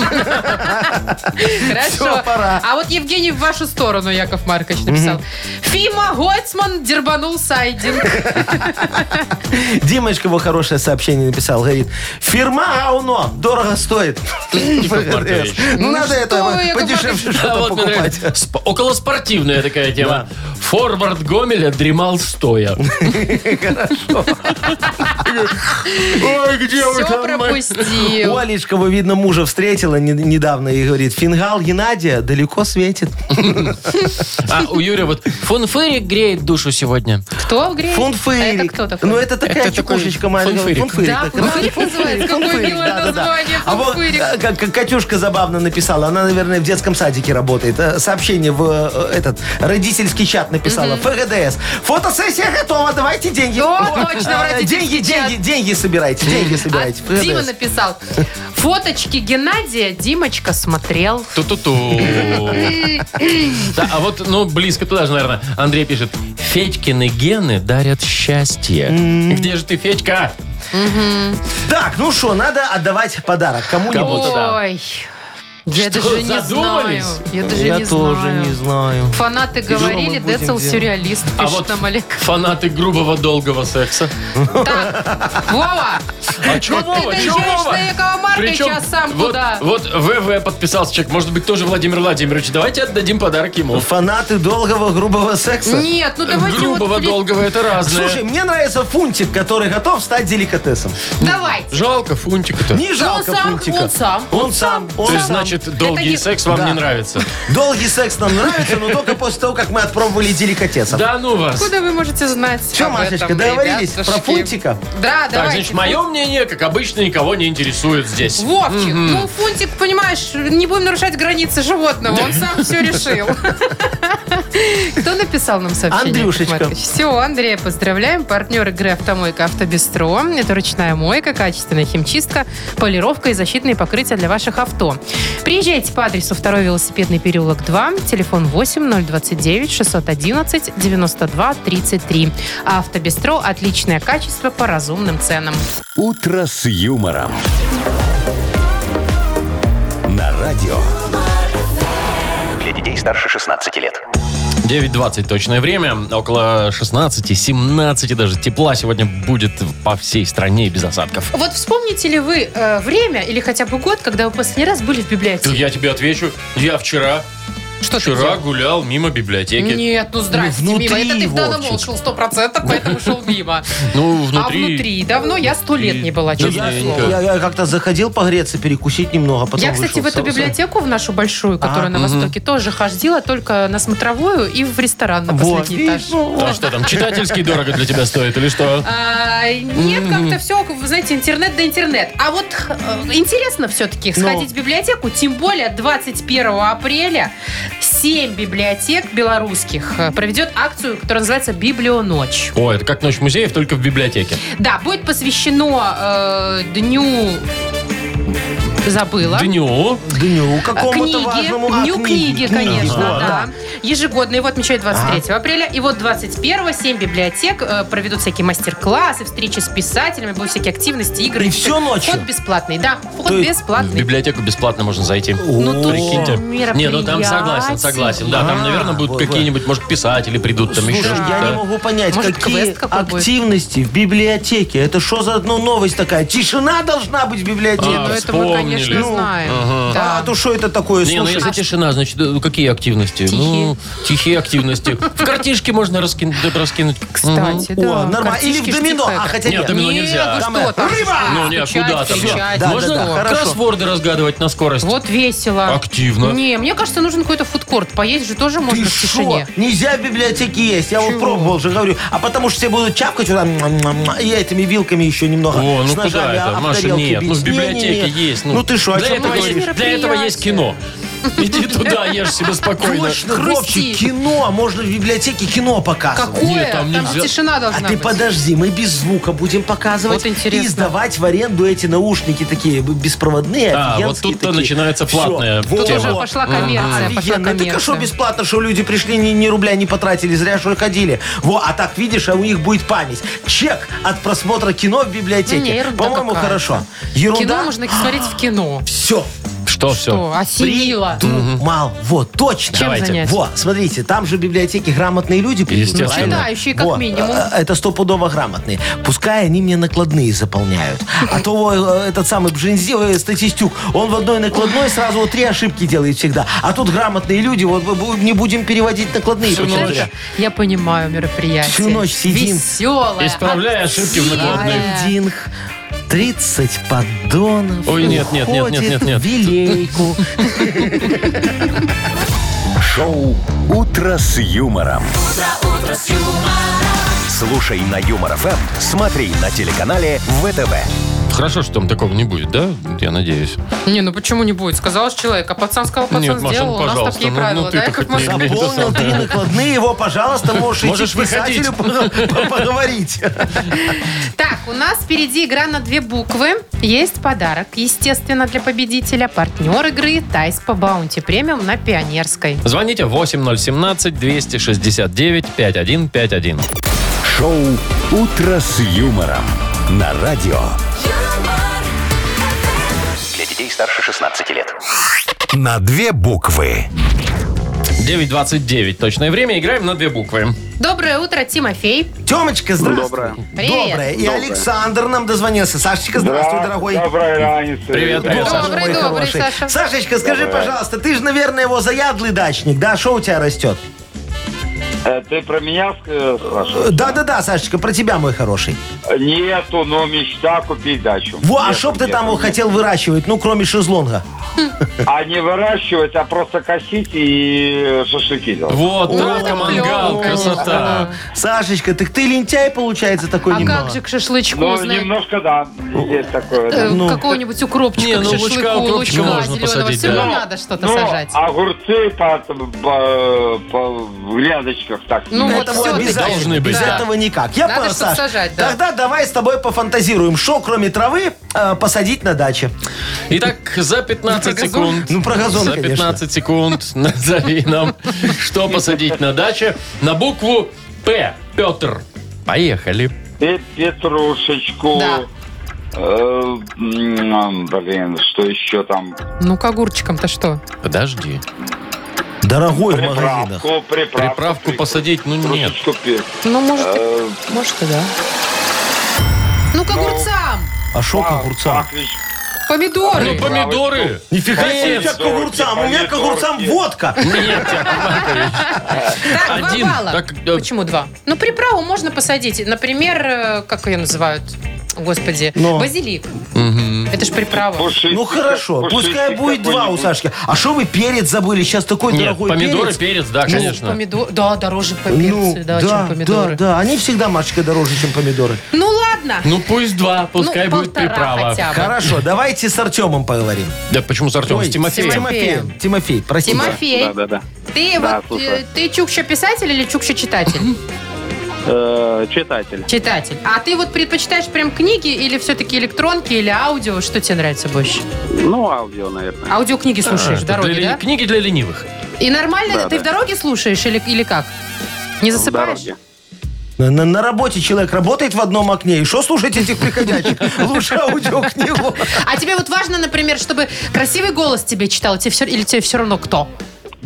Speaker 3: Всё, пора.
Speaker 2: А вот Евгений в вашу сторону, Яков Маркович, написал. Фима Гоцман дербанул сайдинг.
Speaker 3: Димочка его хорошее сообщение написал, говорит, фирма Ауно, дорого стоит.
Speaker 4: Маркович.
Speaker 3: Ну надо
Speaker 2: что вы,
Speaker 3: это
Speaker 2: Яков
Speaker 3: подешевле
Speaker 2: Маркович?
Speaker 4: Да,
Speaker 3: что-то
Speaker 4: А вот, мне
Speaker 3: покупать.
Speaker 4: нравится. Сп- околоспортивная такая тема. Форвард Гомеля дремал стоя. Ой, где вы
Speaker 2: Все
Speaker 4: там? мы?
Speaker 2: пропустил.
Speaker 3: Олечка, вы, видно, мужа встретила не- недавно и говорит, фингал Геннадия далеко светит.
Speaker 4: А у Юрия вот фунфырик греет душу сегодня.
Speaker 2: Кто греет? А это
Speaker 3: Фунфырик.
Speaker 2: кто такой?
Speaker 3: Ну, это такая
Speaker 4: Это такой
Speaker 3: чекушечка маленькая.
Speaker 4: фунфырик.
Speaker 3: Фунфырик.
Speaker 2: Да,
Speaker 3: так и
Speaker 2: фунфырик называется. Какое
Speaker 3: Фунфырик,
Speaker 2: милое
Speaker 3: да-да-да.
Speaker 2: название,
Speaker 3: А вот,
Speaker 2: фунфырик.
Speaker 3: э, как- как Катюшка забавно написала, она, наверное, в детском садике работает. Э, Сообщение в э, этот родительский чат написала. ФГДС. Фотосессия готова, давайте деньги.
Speaker 2: О, точно, в
Speaker 3: Э,
Speaker 2: родительский
Speaker 3: Деньги,
Speaker 2: чат.
Speaker 3: деньги, деньги собирайте, деньги собирайте.
Speaker 2: А Дима
Speaker 3: ФГДС.
Speaker 2: написал. Фоточки Геннадия Димочка смотрел.
Speaker 4: Ту-ту-ту. Да, а вот, ну, близко туда же, наверное. Андрей пишет. Федькины гены дарят счастье. Где же ты, Федька?
Speaker 3: Так, ну что, надо отдавать подарок
Speaker 4: Кому?
Speaker 3: кому-нибудь.
Speaker 4: Вот туда.
Speaker 2: Ой. Я
Speaker 4: Что,
Speaker 2: даже не знаю.
Speaker 4: задумались?
Speaker 2: Я даже
Speaker 3: Я
Speaker 2: не
Speaker 3: тоже
Speaker 2: знаю.
Speaker 3: не знаю.
Speaker 2: Фанаты
Speaker 3: что мы
Speaker 2: говорили,
Speaker 3: будем
Speaker 2: Децл
Speaker 3: делать?
Speaker 2: сюрреалист,
Speaker 4: А
Speaker 2: пишет
Speaker 4: вот
Speaker 2: нам Олег.
Speaker 4: (laughs) фанаты грубого долгого секса.
Speaker 2: Так, Вова,
Speaker 4: А чё,
Speaker 2: Вот ты
Speaker 4: Вова, чё,
Speaker 2: доезжаешь
Speaker 4: Вова?
Speaker 2: до Якова Марковича,
Speaker 4: Причём
Speaker 2: а сам
Speaker 4: вот,
Speaker 2: куда?
Speaker 4: Вот ВВ подписался человек, может быть, тоже Владимир Владимирович. Давайте отдадим подарок ему.
Speaker 3: Фанаты долгого грубого секса.
Speaker 2: нет, ну давайте
Speaker 4: Грубого,
Speaker 2: вот... блин,
Speaker 4: долгого, это разное.
Speaker 3: А Слушай, мне нравится фунтик, который готов стать деликатесом.
Speaker 2: Давайте.
Speaker 4: Жалко фунтика-то.
Speaker 3: Не жалко
Speaker 2: он сам,
Speaker 3: фунтика.
Speaker 2: он сам,
Speaker 3: Он сам, он
Speaker 4: То есть,
Speaker 3: сам.
Speaker 4: значит, долгий
Speaker 2: не-
Speaker 4: секс вам
Speaker 3: Да.
Speaker 4: не нравится.
Speaker 3: Долгий секс нам нравится, но только после того, как мы отпробовали деликатесом.
Speaker 4: Да ну вас.
Speaker 2: Откуда вы можете знать
Speaker 3: Все,
Speaker 2: об
Speaker 3: Машечка,
Speaker 2: этом,
Speaker 3: договорились
Speaker 2: ребятушки?
Speaker 3: про фунтика?
Speaker 2: Да,
Speaker 4: Так,
Speaker 2: давайте.
Speaker 4: значит, мое мнение, как обычно, никого не интересует здесь.
Speaker 2: Вовчик, ну Фунтик, понимаешь, не будем нарушать границы животного, он сам все решил. (laughs) Кто написал нам сообщение?
Speaker 3: Андрюшечка.
Speaker 2: Все, Андрея поздравляем. Партнер игры «Автомойка Автобестро». Это ручная мойка, качественная химчистка, полировка и защитные покрытия для ваших авто. Приезжайте по адресу 2 велосипедный переулок 2, телефон 8 029 611 92 33. А Автобестро – отличное качество по разумным ценам.
Speaker 1: «Утро с юмором». На радио.
Speaker 6: Для детей старше 16 лет.
Speaker 4: 9.20 точное время. Около 16-17 даже тепла сегодня будет по всей стране и без осадков.
Speaker 2: Вот вспомните ли вы э, время или хотя бы год, когда вы последний раз были в
Speaker 4: Ты-
Speaker 2: библиотеке?
Speaker 4: Я тебе отвечу. Я вчера,
Speaker 2: Что ты
Speaker 4: вчера
Speaker 2: делал?
Speaker 4: гулял мимо библиотеки.
Speaker 2: Нет, ну здрасте,
Speaker 3: Ну,
Speaker 2: мимо.
Speaker 3: внутри,
Speaker 2: Это ты в данном
Speaker 3: Вовчик.
Speaker 2: шел сто процентов, поэтому шел
Speaker 3: (laughs)
Speaker 2: мимо.
Speaker 4: Ну,
Speaker 2: А внутри давно я сто лет не была,
Speaker 4: Ну,
Speaker 2: честно.
Speaker 4: я-
Speaker 2: слово.
Speaker 3: Я, я как-то заходил погреться, перекусить немного, потом
Speaker 2: Я, кстати,
Speaker 3: вышел, А,
Speaker 2: в эту
Speaker 3: всё, всё.
Speaker 2: библиотеку, в нашу большую, которая на Востоке, тоже ходила, только на смотровую и в ресторан на
Speaker 3: Вот,
Speaker 2: последний этаж.
Speaker 3: видишь, ну,
Speaker 4: А что там, читательский дорого для тебя стоит или что?
Speaker 2: А, Нет, как-то все, вы знаете, интернет да интернет. А вот х, э, интересно все-таки сходить в библиотеку, тем более 21 апреля 7 библиотек белорусских э, проведет акцию, которая называется «Библионочь».
Speaker 4: О, это как ночь музеев, только в библиотеке.
Speaker 2: Да, будет посвящено э, дню... Забыла.
Speaker 4: Дню.
Speaker 3: Дню какому-то
Speaker 2: Э, Книги,
Speaker 3: важному. а,
Speaker 2: дню книги, конечно,
Speaker 3: О,
Speaker 2: да. Ежегодно его отмечают 23 апреля. И вот 21-го 7 библиотек э, проведут всякие мастер-классы, встречи с писателями, будут всякие активности, игры.
Speaker 3: И всё ночью?
Speaker 2: Вход бесплатный, да. Вход
Speaker 3: То есть
Speaker 4: В
Speaker 2: бесплатный.
Speaker 4: библиотеку бесплатно можно зайти.
Speaker 2: Ну, тут
Speaker 4: Прикиньте. Не, ну там
Speaker 2: мероприятий.
Speaker 4: согласен, согласен. Да, там,
Speaker 3: А,
Speaker 4: наверное, будут
Speaker 3: вот,
Speaker 4: какие-нибудь, может, писатели придут, там еще
Speaker 3: Слушай, я не
Speaker 4: что-то.
Speaker 3: могу понять,
Speaker 2: Может,
Speaker 3: какие
Speaker 2: квест какой будет?
Speaker 3: активности в библиотеке. Это что за одну новость такая? Тишина должна быть в библиотеке.
Speaker 2: Ну,
Speaker 4: А,
Speaker 2: это мы,
Speaker 4: вспомнили.
Speaker 2: конечно,
Speaker 4: Ну,
Speaker 2: знаем.
Speaker 4: ага.
Speaker 2: Да.
Speaker 3: А то что это такое?
Speaker 4: Не, ну
Speaker 3: Слушай,
Speaker 4: если тишина, значит, э, какие активности? Ну, тихие активности. В картишке можно раскин- да, раскинуть. Мгм.
Speaker 2: Кстати, да.
Speaker 3: О, нормально. Или в
Speaker 2: картишки
Speaker 3: домино.
Speaker 2: тик-так.
Speaker 3: А хотя
Speaker 4: Нет,
Speaker 3: нет.
Speaker 4: домино
Speaker 2: Нет,
Speaker 4: нельзя.
Speaker 2: ну
Speaker 3: Там
Speaker 2: что
Speaker 3: это,
Speaker 2: там?
Speaker 3: рыба!
Speaker 4: Ну, не,
Speaker 2: Стучать,
Speaker 4: куда там?
Speaker 2: кричать.
Speaker 3: Да,
Speaker 4: Можно
Speaker 3: да, да, хорошо.
Speaker 4: кроссворды разгадывать на скорость.
Speaker 2: Вот весело.
Speaker 4: Активно.
Speaker 2: Не, мне кажется, нужен какой-то фудкорт. Поесть же тоже
Speaker 3: Ты
Speaker 2: можно в
Speaker 3: шо?
Speaker 2: тишине.
Speaker 3: Нельзя в библиотеке есть. Я
Speaker 2: Чего?
Speaker 3: вот пробовал же, говорю. А потому что все будут чапкать вот там, м-м-м, и этими вилками еще немного.
Speaker 4: О, ну
Speaker 3: с ножами
Speaker 4: куда это?
Speaker 3: об
Speaker 4: Маша,
Speaker 3: тарелки
Speaker 4: нет, ну в
Speaker 3: бить. Не-не-не.
Speaker 4: библиотеке есть.
Speaker 3: Ну ты что, о
Speaker 4: для,
Speaker 3: чем
Speaker 4: этого
Speaker 3: ты
Speaker 4: есть,
Speaker 3: говоришь?
Speaker 4: для этого есть кино. Иди туда, ешь себе спокойно.
Speaker 3: Точно,
Speaker 2: Хрусти.
Speaker 3: Вовчик, кино. а Можно в библиотеке кино показывать.
Speaker 2: Какое?
Speaker 4: А Нет, там
Speaker 2: там же
Speaker 4: нельзя.
Speaker 2: тишина
Speaker 3: А
Speaker 2: должна
Speaker 3: ты
Speaker 2: быть.
Speaker 3: подожди, мы без звука будем показывать.
Speaker 2: Вот интересно.
Speaker 3: И сдавать в аренду эти наушники такие беспроводные,
Speaker 4: Да,
Speaker 3: офигенские
Speaker 4: А, вот тут-то
Speaker 3: такие.
Speaker 4: начинается
Speaker 3: Всё,
Speaker 4: платная
Speaker 3: вот.
Speaker 4: тема.
Speaker 2: Уже пошла коммерция, пошла
Speaker 3: Офигенно. Так а что
Speaker 2: коммерция.
Speaker 3: бесплатно, что люди пришли, ни, ни рубля не потратили, зря что ли ходили. Во, а так, видишь, а у них будет память. Чек от просмотра кино в библиотеке.
Speaker 2: Не, ерунда
Speaker 3: По-моему,
Speaker 2: какая-то.
Speaker 3: хорошо. Ерунда.
Speaker 2: Кино можно смотреть в кино.
Speaker 3: Все,
Speaker 4: Что все?
Speaker 2: Что, осенило?
Speaker 3: придумал. Вот, точно.
Speaker 2: Чем
Speaker 4: Давайте.
Speaker 2: занять?
Speaker 3: Во, смотрите, там же в библиотеке грамотные люди придут,
Speaker 4: Естественно.
Speaker 3: правильно?
Speaker 2: Читающие, как
Speaker 3: Во,
Speaker 2: минимум.
Speaker 4: А,
Speaker 3: э, Это стопудово грамотные. Пускай они мне накладные заполняют. А то э, этот самый Бжензи, э, статистюк, он в одной накладной сразу вот три ошибки делает всегда. А тут грамотные люди, вот мы бу- не будем переводить накладные.
Speaker 4: Всю
Speaker 3: почему-то.
Speaker 4: ночь.
Speaker 2: Я понимаю мероприятие.
Speaker 3: Всю ночь сидим.
Speaker 2: Веселое.
Speaker 3: А,
Speaker 4: Исправляй ошибки в накладных.
Speaker 3: Динг. 30 поддонов.
Speaker 4: Ой, нет, нет, нет, нет, нет, нет.
Speaker 3: уходит в Елейку.
Speaker 1: Шоу «Утро с юмором». Слушай на Юмор ФМ, смотри на телеканале ВТВ.
Speaker 3: а.
Speaker 4: Хорошо, что там такого не будет, да? Я надеюсь.
Speaker 2: Не, ну почему не будет? Сказал же человек, а пацан сказал, пацан
Speaker 4: Нет, Маша,
Speaker 2: сделал.
Speaker 4: ну,
Speaker 2: У нас
Speaker 4: пожалуйста,
Speaker 2: такие
Speaker 4: ну, ну,
Speaker 2: правила,
Speaker 4: ты-то
Speaker 2: да, Яков
Speaker 4: хоть не-
Speaker 2: Маркович?
Speaker 3: Заполнил три накладные, его, пожалуйста, можешь идти
Speaker 4: Можешь
Speaker 3: к писателю по- по- поговорить.
Speaker 2: Так, у нас впереди игра на две буквы. Есть подарок, естественно, для победителя. Партнер игры «Тайс по баунти премиум» на Пионерской.
Speaker 4: Звоните 8017-269-5151.
Speaker 1: Шоу «Утро с юмором» на радио.
Speaker 6: Для детей старше 16 лет.
Speaker 1: На две буквы.
Speaker 4: 9.29 точное время. Играем на две буквы.
Speaker 2: Доброе утро, Тимофей.
Speaker 3: Темочка, здравствуй.
Speaker 5: Доброе.
Speaker 2: Привет.
Speaker 3: Доброе. И Александр нам дозвонился. Сашечка, здравствуй, дорогой.
Speaker 5: Доброй раницы.
Speaker 4: Привет, привет, Саша.
Speaker 2: Добрый,
Speaker 3: мой
Speaker 2: добрый,
Speaker 3: хороший.
Speaker 2: Саша.
Speaker 3: Сашечка, скажи, пожалуйста, ты же, наверное, его заядлый дачник, да? Что у тебя растет?
Speaker 5: Э, Ты про меня э, спрашиваешь?
Speaker 3: Да-да-да, Сашечка, про тебя, мой хороший.
Speaker 5: Нету, но мечта купить дачу.
Speaker 3: Во, а
Speaker 5: Нету,
Speaker 3: что б ты
Speaker 5: нету,
Speaker 3: там его
Speaker 5: нету.
Speaker 3: хотел выращивать, ну, кроме шезлонга?
Speaker 5: А не выращивать, а просто косить и э, шашлыки делать.
Speaker 4: Вот,
Speaker 3: О,
Speaker 4: травка,
Speaker 3: это
Speaker 4: мангал,
Speaker 2: клёво,
Speaker 4: красота.
Speaker 2: конечно.
Speaker 3: Сашечка, так ты лентяй, получается, такой
Speaker 2: А
Speaker 3: немного.
Speaker 2: как же к шашлычку,
Speaker 5: Ну,
Speaker 2: знаете,
Speaker 5: немножко, да, есть такое. да.
Speaker 2: э,
Speaker 3: ну.
Speaker 2: какого-нибудь укропчика
Speaker 4: Не,
Speaker 2: к
Speaker 4: ну, лучка,
Speaker 2: шашлыку,
Speaker 4: укропчика
Speaker 2: лучка
Speaker 4: можно
Speaker 2: зеленого.
Speaker 4: посадить,
Speaker 2: Все
Speaker 4: да.
Speaker 2: равно
Speaker 5: Ну,
Speaker 2: надо что-то
Speaker 5: ну,
Speaker 2: сажать.
Speaker 5: огурцы по, по- по- в грядочках так.
Speaker 2: Ну,
Speaker 5: себе.
Speaker 2: вот
Speaker 3: Этого
Speaker 2: всё-таки.
Speaker 3: обязательно.
Speaker 4: Должны быть,
Speaker 3: Без
Speaker 4: да.
Speaker 3: этого никак. Я
Speaker 2: Надо
Speaker 3: понял,
Speaker 2: что-то
Speaker 3: Саш.
Speaker 2: сажать, да.
Speaker 3: Тогда давай с тобой пофантазируем. Что, кроме травы, э, посадить на даче?
Speaker 4: Итак, за 15
Speaker 3: Про газон?
Speaker 4: секунд.
Speaker 3: Ну, про газон,
Speaker 4: За
Speaker 3: конечно.
Speaker 4: 15 секунд (laughs) назови нам, что посадить на даче на букву П. Петр. Поехали.
Speaker 5: Пе- Петрушечку.
Speaker 2: Да.
Speaker 5: Э, м, блин, что еще там?
Speaker 2: Ну, к огурчикам-то что?
Speaker 4: Подожди.
Speaker 3: Дорогой в магазинах.
Speaker 5: Приправку, приправку.
Speaker 4: Приправку
Speaker 5: прик-
Speaker 4: посадить, ну нет.
Speaker 5: Трушечку пе-
Speaker 2: Ну, может, и-
Speaker 5: э,
Speaker 2: может и да. Ну, к огурцам!
Speaker 3: А шо к огурцам?
Speaker 5: так ведь
Speaker 4: Ну,
Speaker 2: Помидоры!
Speaker 4: помидоры.
Speaker 3: Нифига себе, у тебя
Speaker 5: Помидорки,
Speaker 3: к огурцам. У меня к огурцам
Speaker 5: помидорки.
Speaker 3: водка.
Speaker 4: Нет, Яков Маркович.
Speaker 2: Так,
Speaker 4: Один.
Speaker 2: два балла.
Speaker 4: Так, э,
Speaker 2: Почему два? Ну, приправу можно посадить. Например, э, как ее называют? Господи,
Speaker 3: Но.
Speaker 2: базилик. Это же приправа.
Speaker 5: пушистик-
Speaker 3: Ну хорошо,
Speaker 5: пушистик
Speaker 3: пускай будет два у
Speaker 5: какой-нибудь.
Speaker 3: Сашки. А что вы перец забыли? Сейчас такой
Speaker 4: Нет,
Speaker 3: дорогой
Speaker 4: помидоры,
Speaker 3: перец.
Speaker 4: перец, да, конечно.
Speaker 2: Помидор... Ну, Да, дороже
Speaker 3: Ну,
Speaker 2: помидоры, да, чем помидоры.
Speaker 3: да, да. Они всегда, Машечка, дороже, чем помидоры.
Speaker 2: Ну, ладно.
Speaker 4: Ну пусть два, пускай
Speaker 2: Ну,
Speaker 4: будет
Speaker 2: полтора
Speaker 4: приправа.
Speaker 2: хотя бы.
Speaker 3: Хорошо, давайте с Артемом поговорим.
Speaker 4: Да почему с Артемом?
Speaker 3: Ой,
Speaker 4: С Тимофеем.
Speaker 3: С Тимофеем. Тимофей, простите.
Speaker 2: Тимофей,
Speaker 7: Да, да, да.
Speaker 2: ты,
Speaker 7: Да,
Speaker 2: вот,
Speaker 7: слушаю.
Speaker 2: э, ты чукща писатель или
Speaker 4: (laughs)
Speaker 2: чукща читатель?
Speaker 7: Э, читатель.
Speaker 2: читатель. А ты вот предпочитаешь прям книги или все-таки электронки или аудио? Что тебе нравится больше?
Speaker 7: Ну, аудио,
Speaker 2: А
Speaker 7: наверное.
Speaker 2: Аудиокниги слушаешь в
Speaker 4: А, Для
Speaker 2: дороге,
Speaker 4: ли-
Speaker 2: да?
Speaker 4: Книги для ленивых.
Speaker 2: И нормально
Speaker 7: Да,
Speaker 2: ты
Speaker 7: да.
Speaker 2: в дороге слушаешь или, или как? Не
Speaker 7: В
Speaker 2: засыпаешь?
Speaker 7: дороге.
Speaker 3: На, на- на работе человек работает в одном окне. И что слушать этих приходящих? Лучше аудиокнигу.
Speaker 2: А тебе вот важно, например, чтобы красивый голос тебе читал, тебе все, или тебе все равно кто?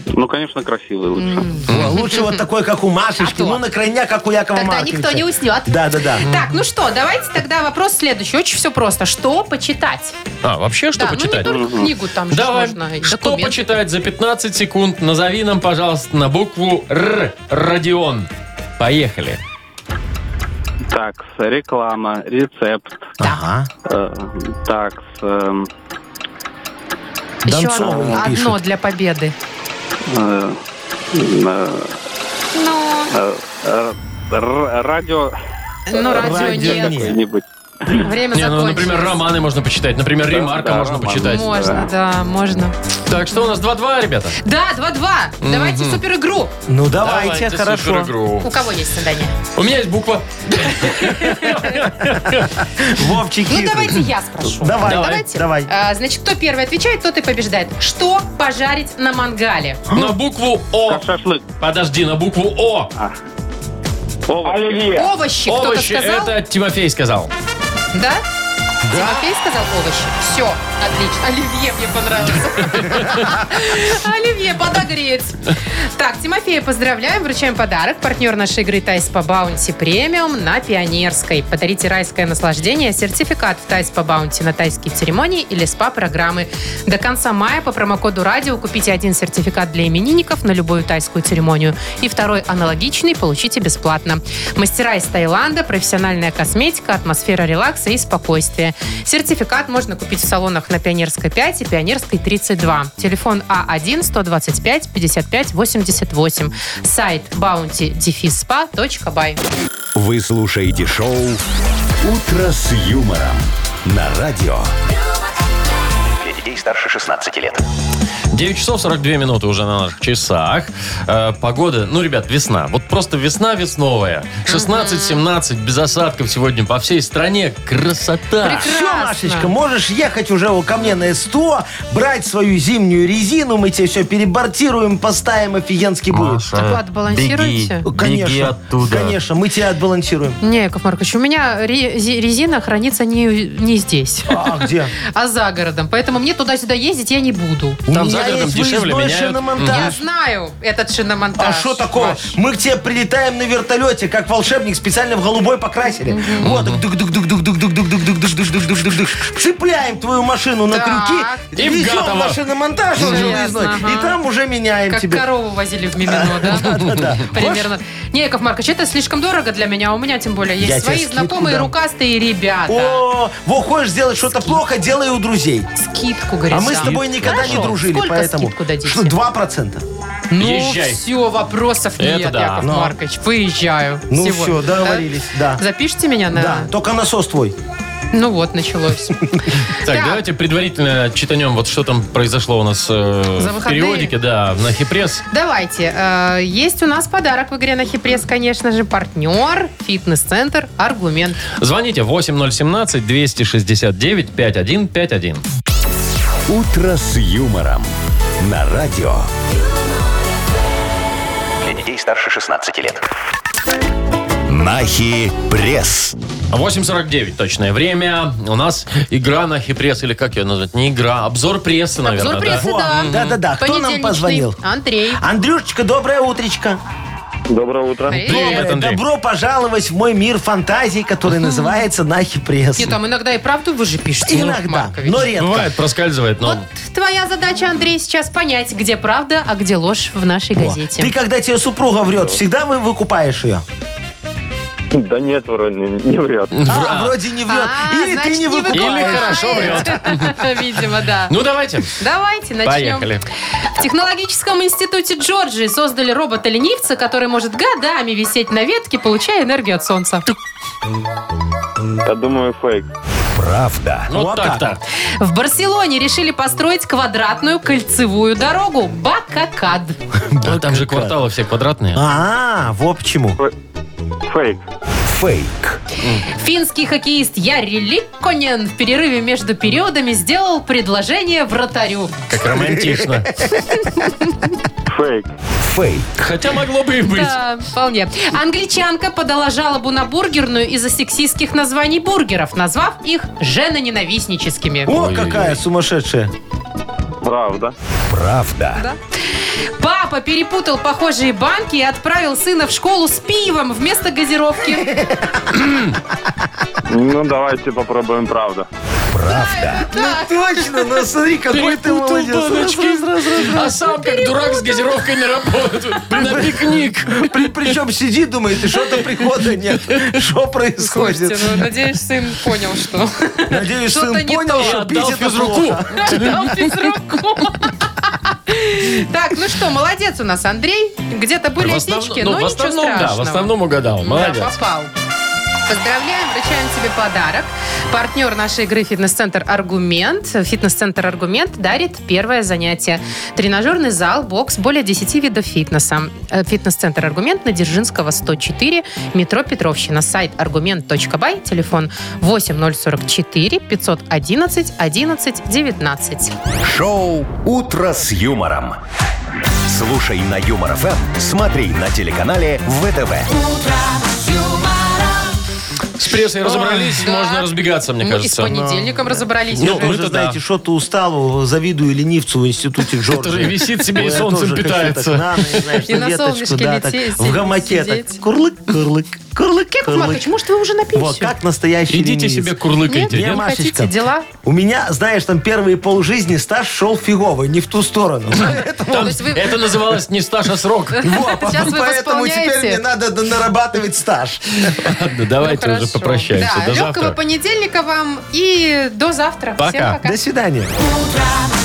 Speaker 7: Ну, конечно, красивый лучше.
Speaker 3: Во, Лучше вот такой, как у Машечки.
Speaker 2: А то.
Speaker 3: Ну, на крайня, как у Якова
Speaker 2: Тогда
Speaker 3: Марковича.
Speaker 2: никто не уснет.
Speaker 3: Да, да, да.
Speaker 2: Так, ну что, давайте тогда вопрос следующий. Очень все просто. Что почитать?
Speaker 4: А, вообще что
Speaker 2: да,
Speaker 4: почитать?
Speaker 2: ну не только книгу там же
Speaker 4: Давай,
Speaker 2: можно. и
Speaker 4: что
Speaker 2: документ.
Speaker 4: почитать за 15 секунд? Назови нам, пожалуйста, на букву Р. Родион. Поехали.
Speaker 7: Так, реклама, рецепт.
Speaker 3: Ага.
Speaker 7: э, так, с, эм,
Speaker 2: Еще
Speaker 3: Донцова
Speaker 2: одно,
Speaker 3: пишет.
Speaker 2: одно для победы.
Speaker 7: э, э,
Speaker 2: Ну,
Speaker 7: э, э, р- радио
Speaker 2: ну радио
Speaker 3: Радио
Speaker 2: нет.
Speaker 3: нет.
Speaker 7: какое-нибудь.
Speaker 2: Ну, Время
Speaker 4: Не, ну,
Speaker 2: закончилось.
Speaker 4: например, романы можно почитать. Например, ремарка
Speaker 7: да,
Speaker 4: можно
Speaker 7: романы.
Speaker 4: почитать.
Speaker 2: Можно, да, можно.
Speaker 4: Так что у нас 2-2, ребята?
Speaker 2: Да, 2-2. Давайте супер игру.
Speaker 3: Ну, давайте, хорошо.
Speaker 4: суперигру.
Speaker 2: У кого есть задание?
Speaker 4: У меня есть буква.
Speaker 3: Вовчик
Speaker 2: Ну,
Speaker 3: хитрый.
Speaker 2: давайте я спрошу.
Speaker 3: Давай,
Speaker 2: Давайте.
Speaker 3: давай.
Speaker 2: А, значит, кто первый отвечает, тот и побеждает. Что пожарить на мангале?
Speaker 4: На букву О.
Speaker 7: Как шашлык.
Speaker 4: Подожди, на букву О.
Speaker 7: Овощи.
Speaker 5: Оливье.
Speaker 2: Овощи, кто-то
Speaker 4: Овощи.
Speaker 2: сказал?
Speaker 4: Это Тимофей сказал.
Speaker 2: Да? Тимофей сказал овощи. Все, отлично. Оливье мне понравился. (laughs) Оливье, подогреть. Так, Тимофея поздравляем, вручаем подарок. Партнер нашей игры Тайс по Баунти премиум на Пионерской. Подарите райское наслаждение, сертификат в Тайс по Баунти на тайские церемонии или СПА-программы. До конца мая по промокоду радио купите один сертификат для именинников на любую тайскую церемонию и второй аналогичный получите бесплатно. Мастера из Таиланда, профессиональная косметика, атмосфера релакса и спокойствия. Сертификат можно купить в салонах на Пионерской 5 и Пионерской 32. Телефон А А1-125-55-88. Сайт bountydefisspa.by
Speaker 1: Вы слушаете шоу «Утро с юмором» на радио.
Speaker 6: Для детей старше 16 лет.
Speaker 4: 9 часов 42 минуты уже на наших часах. Э, погода, ну, ребят, весна. Вот просто весна весновая. 16-17, без осадков сегодня по всей стране. Красота!
Speaker 3: Все,
Speaker 2: Прекрасно.
Speaker 3: Машечка, можешь ехать уже вот ко мне на СТО, брать свою зимнюю резину, мы тебе все перебортируем, поставим, офигенски будет.
Speaker 2: Так вы отбалансируете?
Speaker 3: Ну, Конечно, конечно, мы тебя отбалансируем.
Speaker 2: Не, Яков Маркович, у меня ре- зи- резина хранится не, не здесь,
Speaker 3: А где?
Speaker 2: а за городом. Поэтому мне туда-сюда ездить я не буду.
Speaker 3: У
Speaker 4: Там
Speaker 3: меня
Speaker 4: за городом
Speaker 3: есть
Speaker 4: дешевле
Speaker 3: выездной
Speaker 4: меняют.
Speaker 2: Я
Speaker 3: шиномонтаж.
Speaker 2: знаю этот шиномонтаж.
Speaker 3: А что такого?
Speaker 2: Маш.
Speaker 3: Мы к тебе прилетаем на вертолете, как волшебник, специально в голубой покрасили. Вот, дук дук дук дук дук дук дук дук дук дук дук дук дук дук дук Цепляем твою машину на
Speaker 2: Так.
Speaker 3: крюки,
Speaker 4: И в Гатово.
Speaker 3: везем машиномонтаж, он же
Speaker 2: Ясно,
Speaker 3: выездной,
Speaker 2: ага.
Speaker 3: и там уже меняем
Speaker 2: Как
Speaker 3: тебя.
Speaker 2: корову возили в Мимино,
Speaker 3: (laughs)
Speaker 2: да?
Speaker 3: да.
Speaker 2: Примерно. Не, Яков Маркович, это слишком дорого для меня. У меня, тем более,
Speaker 3: Я
Speaker 2: есть свои
Speaker 3: тебе скидку
Speaker 2: знакомые
Speaker 3: дам.
Speaker 2: рукастые ребята.
Speaker 3: О, во, хочешь сделать что-то плохо, делай у друзей.
Speaker 2: Скидку, говорит.
Speaker 3: А мы с
Speaker 2: да.
Speaker 3: тобой никогда не
Speaker 2: Хорошо.
Speaker 3: дружили,
Speaker 2: Сколько
Speaker 3: поэтому...
Speaker 2: скидку дадите?
Speaker 3: Что, 2%?
Speaker 2: Ну,
Speaker 4: Езжай.
Speaker 2: все, вопросов нет,
Speaker 4: Это да.
Speaker 2: Яков
Speaker 3: Но.
Speaker 2: Маркович. Выезжаю.
Speaker 3: Ну
Speaker 2: сегодня,
Speaker 3: все, договорились, да.
Speaker 2: Запишите меня на...
Speaker 3: Да, только насос твой.
Speaker 2: Ну вот,
Speaker 3: (laughs)
Speaker 2: началось.
Speaker 4: Так,
Speaker 2: Так.
Speaker 4: давайте предварительно читанем, вот что там произошло у нас э,
Speaker 2: За
Speaker 4: в
Speaker 2: выходные?
Speaker 4: периодике, да, на Хипресс.
Speaker 2: Давайте. э, Есть у нас подарок в игре на Хипресс, конечно же. Партнер, фитнес-центр, аргумент.
Speaker 4: Звоните 8017-269-5151.
Speaker 1: «Утро с юмором» на радио.
Speaker 6: Для детей старше 16 лет.
Speaker 1: Нахи пресс.
Speaker 4: 8.49 точное время. У нас игра на Хипресс, или как ее назвать? Не игра, а обзор прессы, наверное,
Speaker 2: Обзор прессы,
Speaker 3: Во,
Speaker 2: да.
Speaker 3: да-да-да. А Кто нам
Speaker 2: Понедельничный.
Speaker 3: позвонил? А,
Speaker 2: Андрей.
Speaker 3: Андрюшечка, доброе утречко.
Speaker 5: Доброе утро.
Speaker 4: Привет,
Speaker 3: Доброе.
Speaker 4: Андрей.
Speaker 3: Э, Добро пожаловать в мой мир фантазий, который называется Нахи Пресс.
Speaker 2: Не, там иногда и правду вы же пишете, Яков
Speaker 3: Иногда,
Speaker 2: а Маркович.
Speaker 3: но
Speaker 4: да?
Speaker 3: редко.
Speaker 4: Бывает, проскальзывает, но...
Speaker 2: Вот твоя задача, Андрей, сейчас понять, где правда, а где ложь в нашей
Speaker 3: Во.
Speaker 2: газете.
Speaker 3: Ты, когда тебе супруга врет, всегда вы выкупаешь ее?
Speaker 5: Да нет, вроде не врет.
Speaker 3: А, вроде не врет.
Speaker 2: А,
Speaker 3: Или ты
Speaker 2: значит,
Speaker 3: не
Speaker 4: Или
Speaker 3: выкупаешь.
Speaker 4: выкупаешь. хорошо
Speaker 2: врет. (laughs) Видимо, да.
Speaker 4: Ну, давайте.
Speaker 2: Давайте начнем.
Speaker 4: Поехали.
Speaker 2: В технологическом институте Джорджии создали робота-ленивца, который может годами висеть на ветке, получая энергию от солнца.
Speaker 5: Я думаю, фейк.
Speaker 1: Правда.
Speaker 4: Вот,
Speaker 3: Вот
Speaker 4: так-то.
Speaker 3: так.
Speaker 2: В Барселоне решили построить квадратную кольцевую дорогу Бакакад.
Speaker 4: Да, там же кварталы все квадратные.
Speaker 3: А, вот почему.
Speaker 5: Фейк.
Speaker 1: Фейк.
Speaker 2: Финский хоккеист Яри Ликконен в перерыве между периодами сделал предложение вратарю.
Speaker 4: Как романтично.
Speaker 3: (laughs)
Speaker 5: Фейк.
Speaker 1: Фейк.
Speaker 4: Хотя могло бы и быть.
Speaker 2: Да, вполне. Англичанка подала жалобу на бургерную из-за сексистских названий бургеров, назвав их женоненавистническими.
Speaker 3: О,
Speaker 4: Ой-ой-ой.
Speaker 3: какая сумасшедшая.
Speaker 5: Правда.
Speaker 1: Правда.
Speaker 2: Папа перепутал похожие банки и отправил сына в школу с пивом вместо газировки.
Speaker 5: Ну, давайте попробуем правда.
Speaker 3: Точно, ну смотри, какой ты
Speaker 4: Перепутал
Speaker 3: молодец.
Speaker 4: баночки. (laughs) А сам как дурак с газировкой на работу. На пикник.
Speaker 3: При- Причем сиди, думает, и что-то
Speaker 4: (laughs)
Speaker 3: прихода нет. Что происходит?
Speaker 2: ну, надеюсь, сын понял, (laughs) что...
Speaker 3: Надеюсь,
Speaker 2: ну. что-то
Speaker 3: сын
Speaker 2: не
Speaker 3: понял,
Speaker 2: то.
Speaker 3: что
Speaker 4: Отдал
Speaker 3: пить это
Speaker 4: физруку.
Speaker 3: плохо.
Speaker 2: Дал физруку. Так, ну что, молодец у нас Андрей. Где-то были
Speaker 4: В основном-
Speaker 2: осечки,
Speaker 4: ну,
Speaker 2: но
Speaker 4: в
Speaker 2: ничего
Speaker 4: основном, да,
Speaker 2: страшного.
Speaker 4: в основном угадал.
Speaker 2: Да,
Speaker 4: Молодец.
Speaker 2: попал. Поздравляем, вручаем тебе подарок. Партнер нашей игры «Фитнес-центр Аргумент». «Фитнес-центр Аргумент» дарит первое занятие. Тренажерный зал, бокс, более 10 видов фитнеса. Э, «Фитнес-центр Аргумент» на Дзержинского, 104, метро Петровщина. Сайт аргумент.бай, телефон 8044 511 11 19.
Speaker 1: Шоу «Утро с юмором». Слушай на Юмор ФМ, смотри на телеканале ВТВ.
Speaker 4: С прессой разобрались,
Speaker 2: да.
Speaker 4: можно разбегаться, мне
Speaker 2: Ну, и с
Speaker 4: кажется.
Speaker 2: понедельником разобрались
Speaker 3: Ну,
Speaker 2: уже.
Speaker 3: вы же
Speaker 4: это
Speaker 3: знаете,
Speaker 4: да.
Speaker 3: что ты устал, завидую ленивцу в институте Джорджа.
Speaker 4: Который висит себе и
Speaker 3: Ой, я
Speaker 4: солнцем
Speaker 3: тоже хочу
Speaker 4: питается.
Speaker 3: так на ночь, знаешь,
Speaker 2: И на
Speaker 3: веточку,
Speaker 2: солнышке
Speaker 3: да, так,
Speaker 2: лететь,
Speaker 3: В гамаке так.
Speaker 2: сидеть.
Speaker 3: Курлык, курлык, курлык,
Speaker 2: Яков
Speaker 3: курлык.
Speaker 2: Маркович, может, вы уже на
Speaker 3: Вот,
Speaker 2: пенсию?
Speaker 3: как настоящий
Speaker 4: Идите
Speaker 3: ленивец.
Speaker 4: себе
Speaker 2: Нет,
Speaker 4: курлыкайте.
Speaker 3: Не,
Speaker 2: не
Speaker 4: нет?
Speaker 3: Машечка.
Speaker 2: хотите, дела?
Speaker 3: У меня, знаешь, там первые полжизни стаж шел фигово, не в
Speaker 2: (laughs)
Speaker 3: ту сторону.
Speaker 4: Там-
Speaker 2: То есть вы-
Speaker 4: Это называлось не стаж, а
Speaker 2: (laughs)
Speaker 4: срок.
Speaker 3: Во, по-
Speaker 2: Сейчас вы
Speaker 3: Поэтому теперь
Speaker 2: восполняете.
Speaker 3: мне надо д- нарабатывать стаж.
Speaker 4: Ладно, давайте
Speaker 2: Ну,
Speaker 4: уже
Speaker 2: хорошо.
Speaker 4: попрощаемся.
Speaker 2: Да,
Speaker 4: До
Speaker 2: легкого
Speaker 4: завтра.
Speaker 2: понедельника вам и до завтра. Всем
Speaker 4: Пока.
Speaker 2: пока.
Speaker 3: До свидания.
Speaker 11: утро с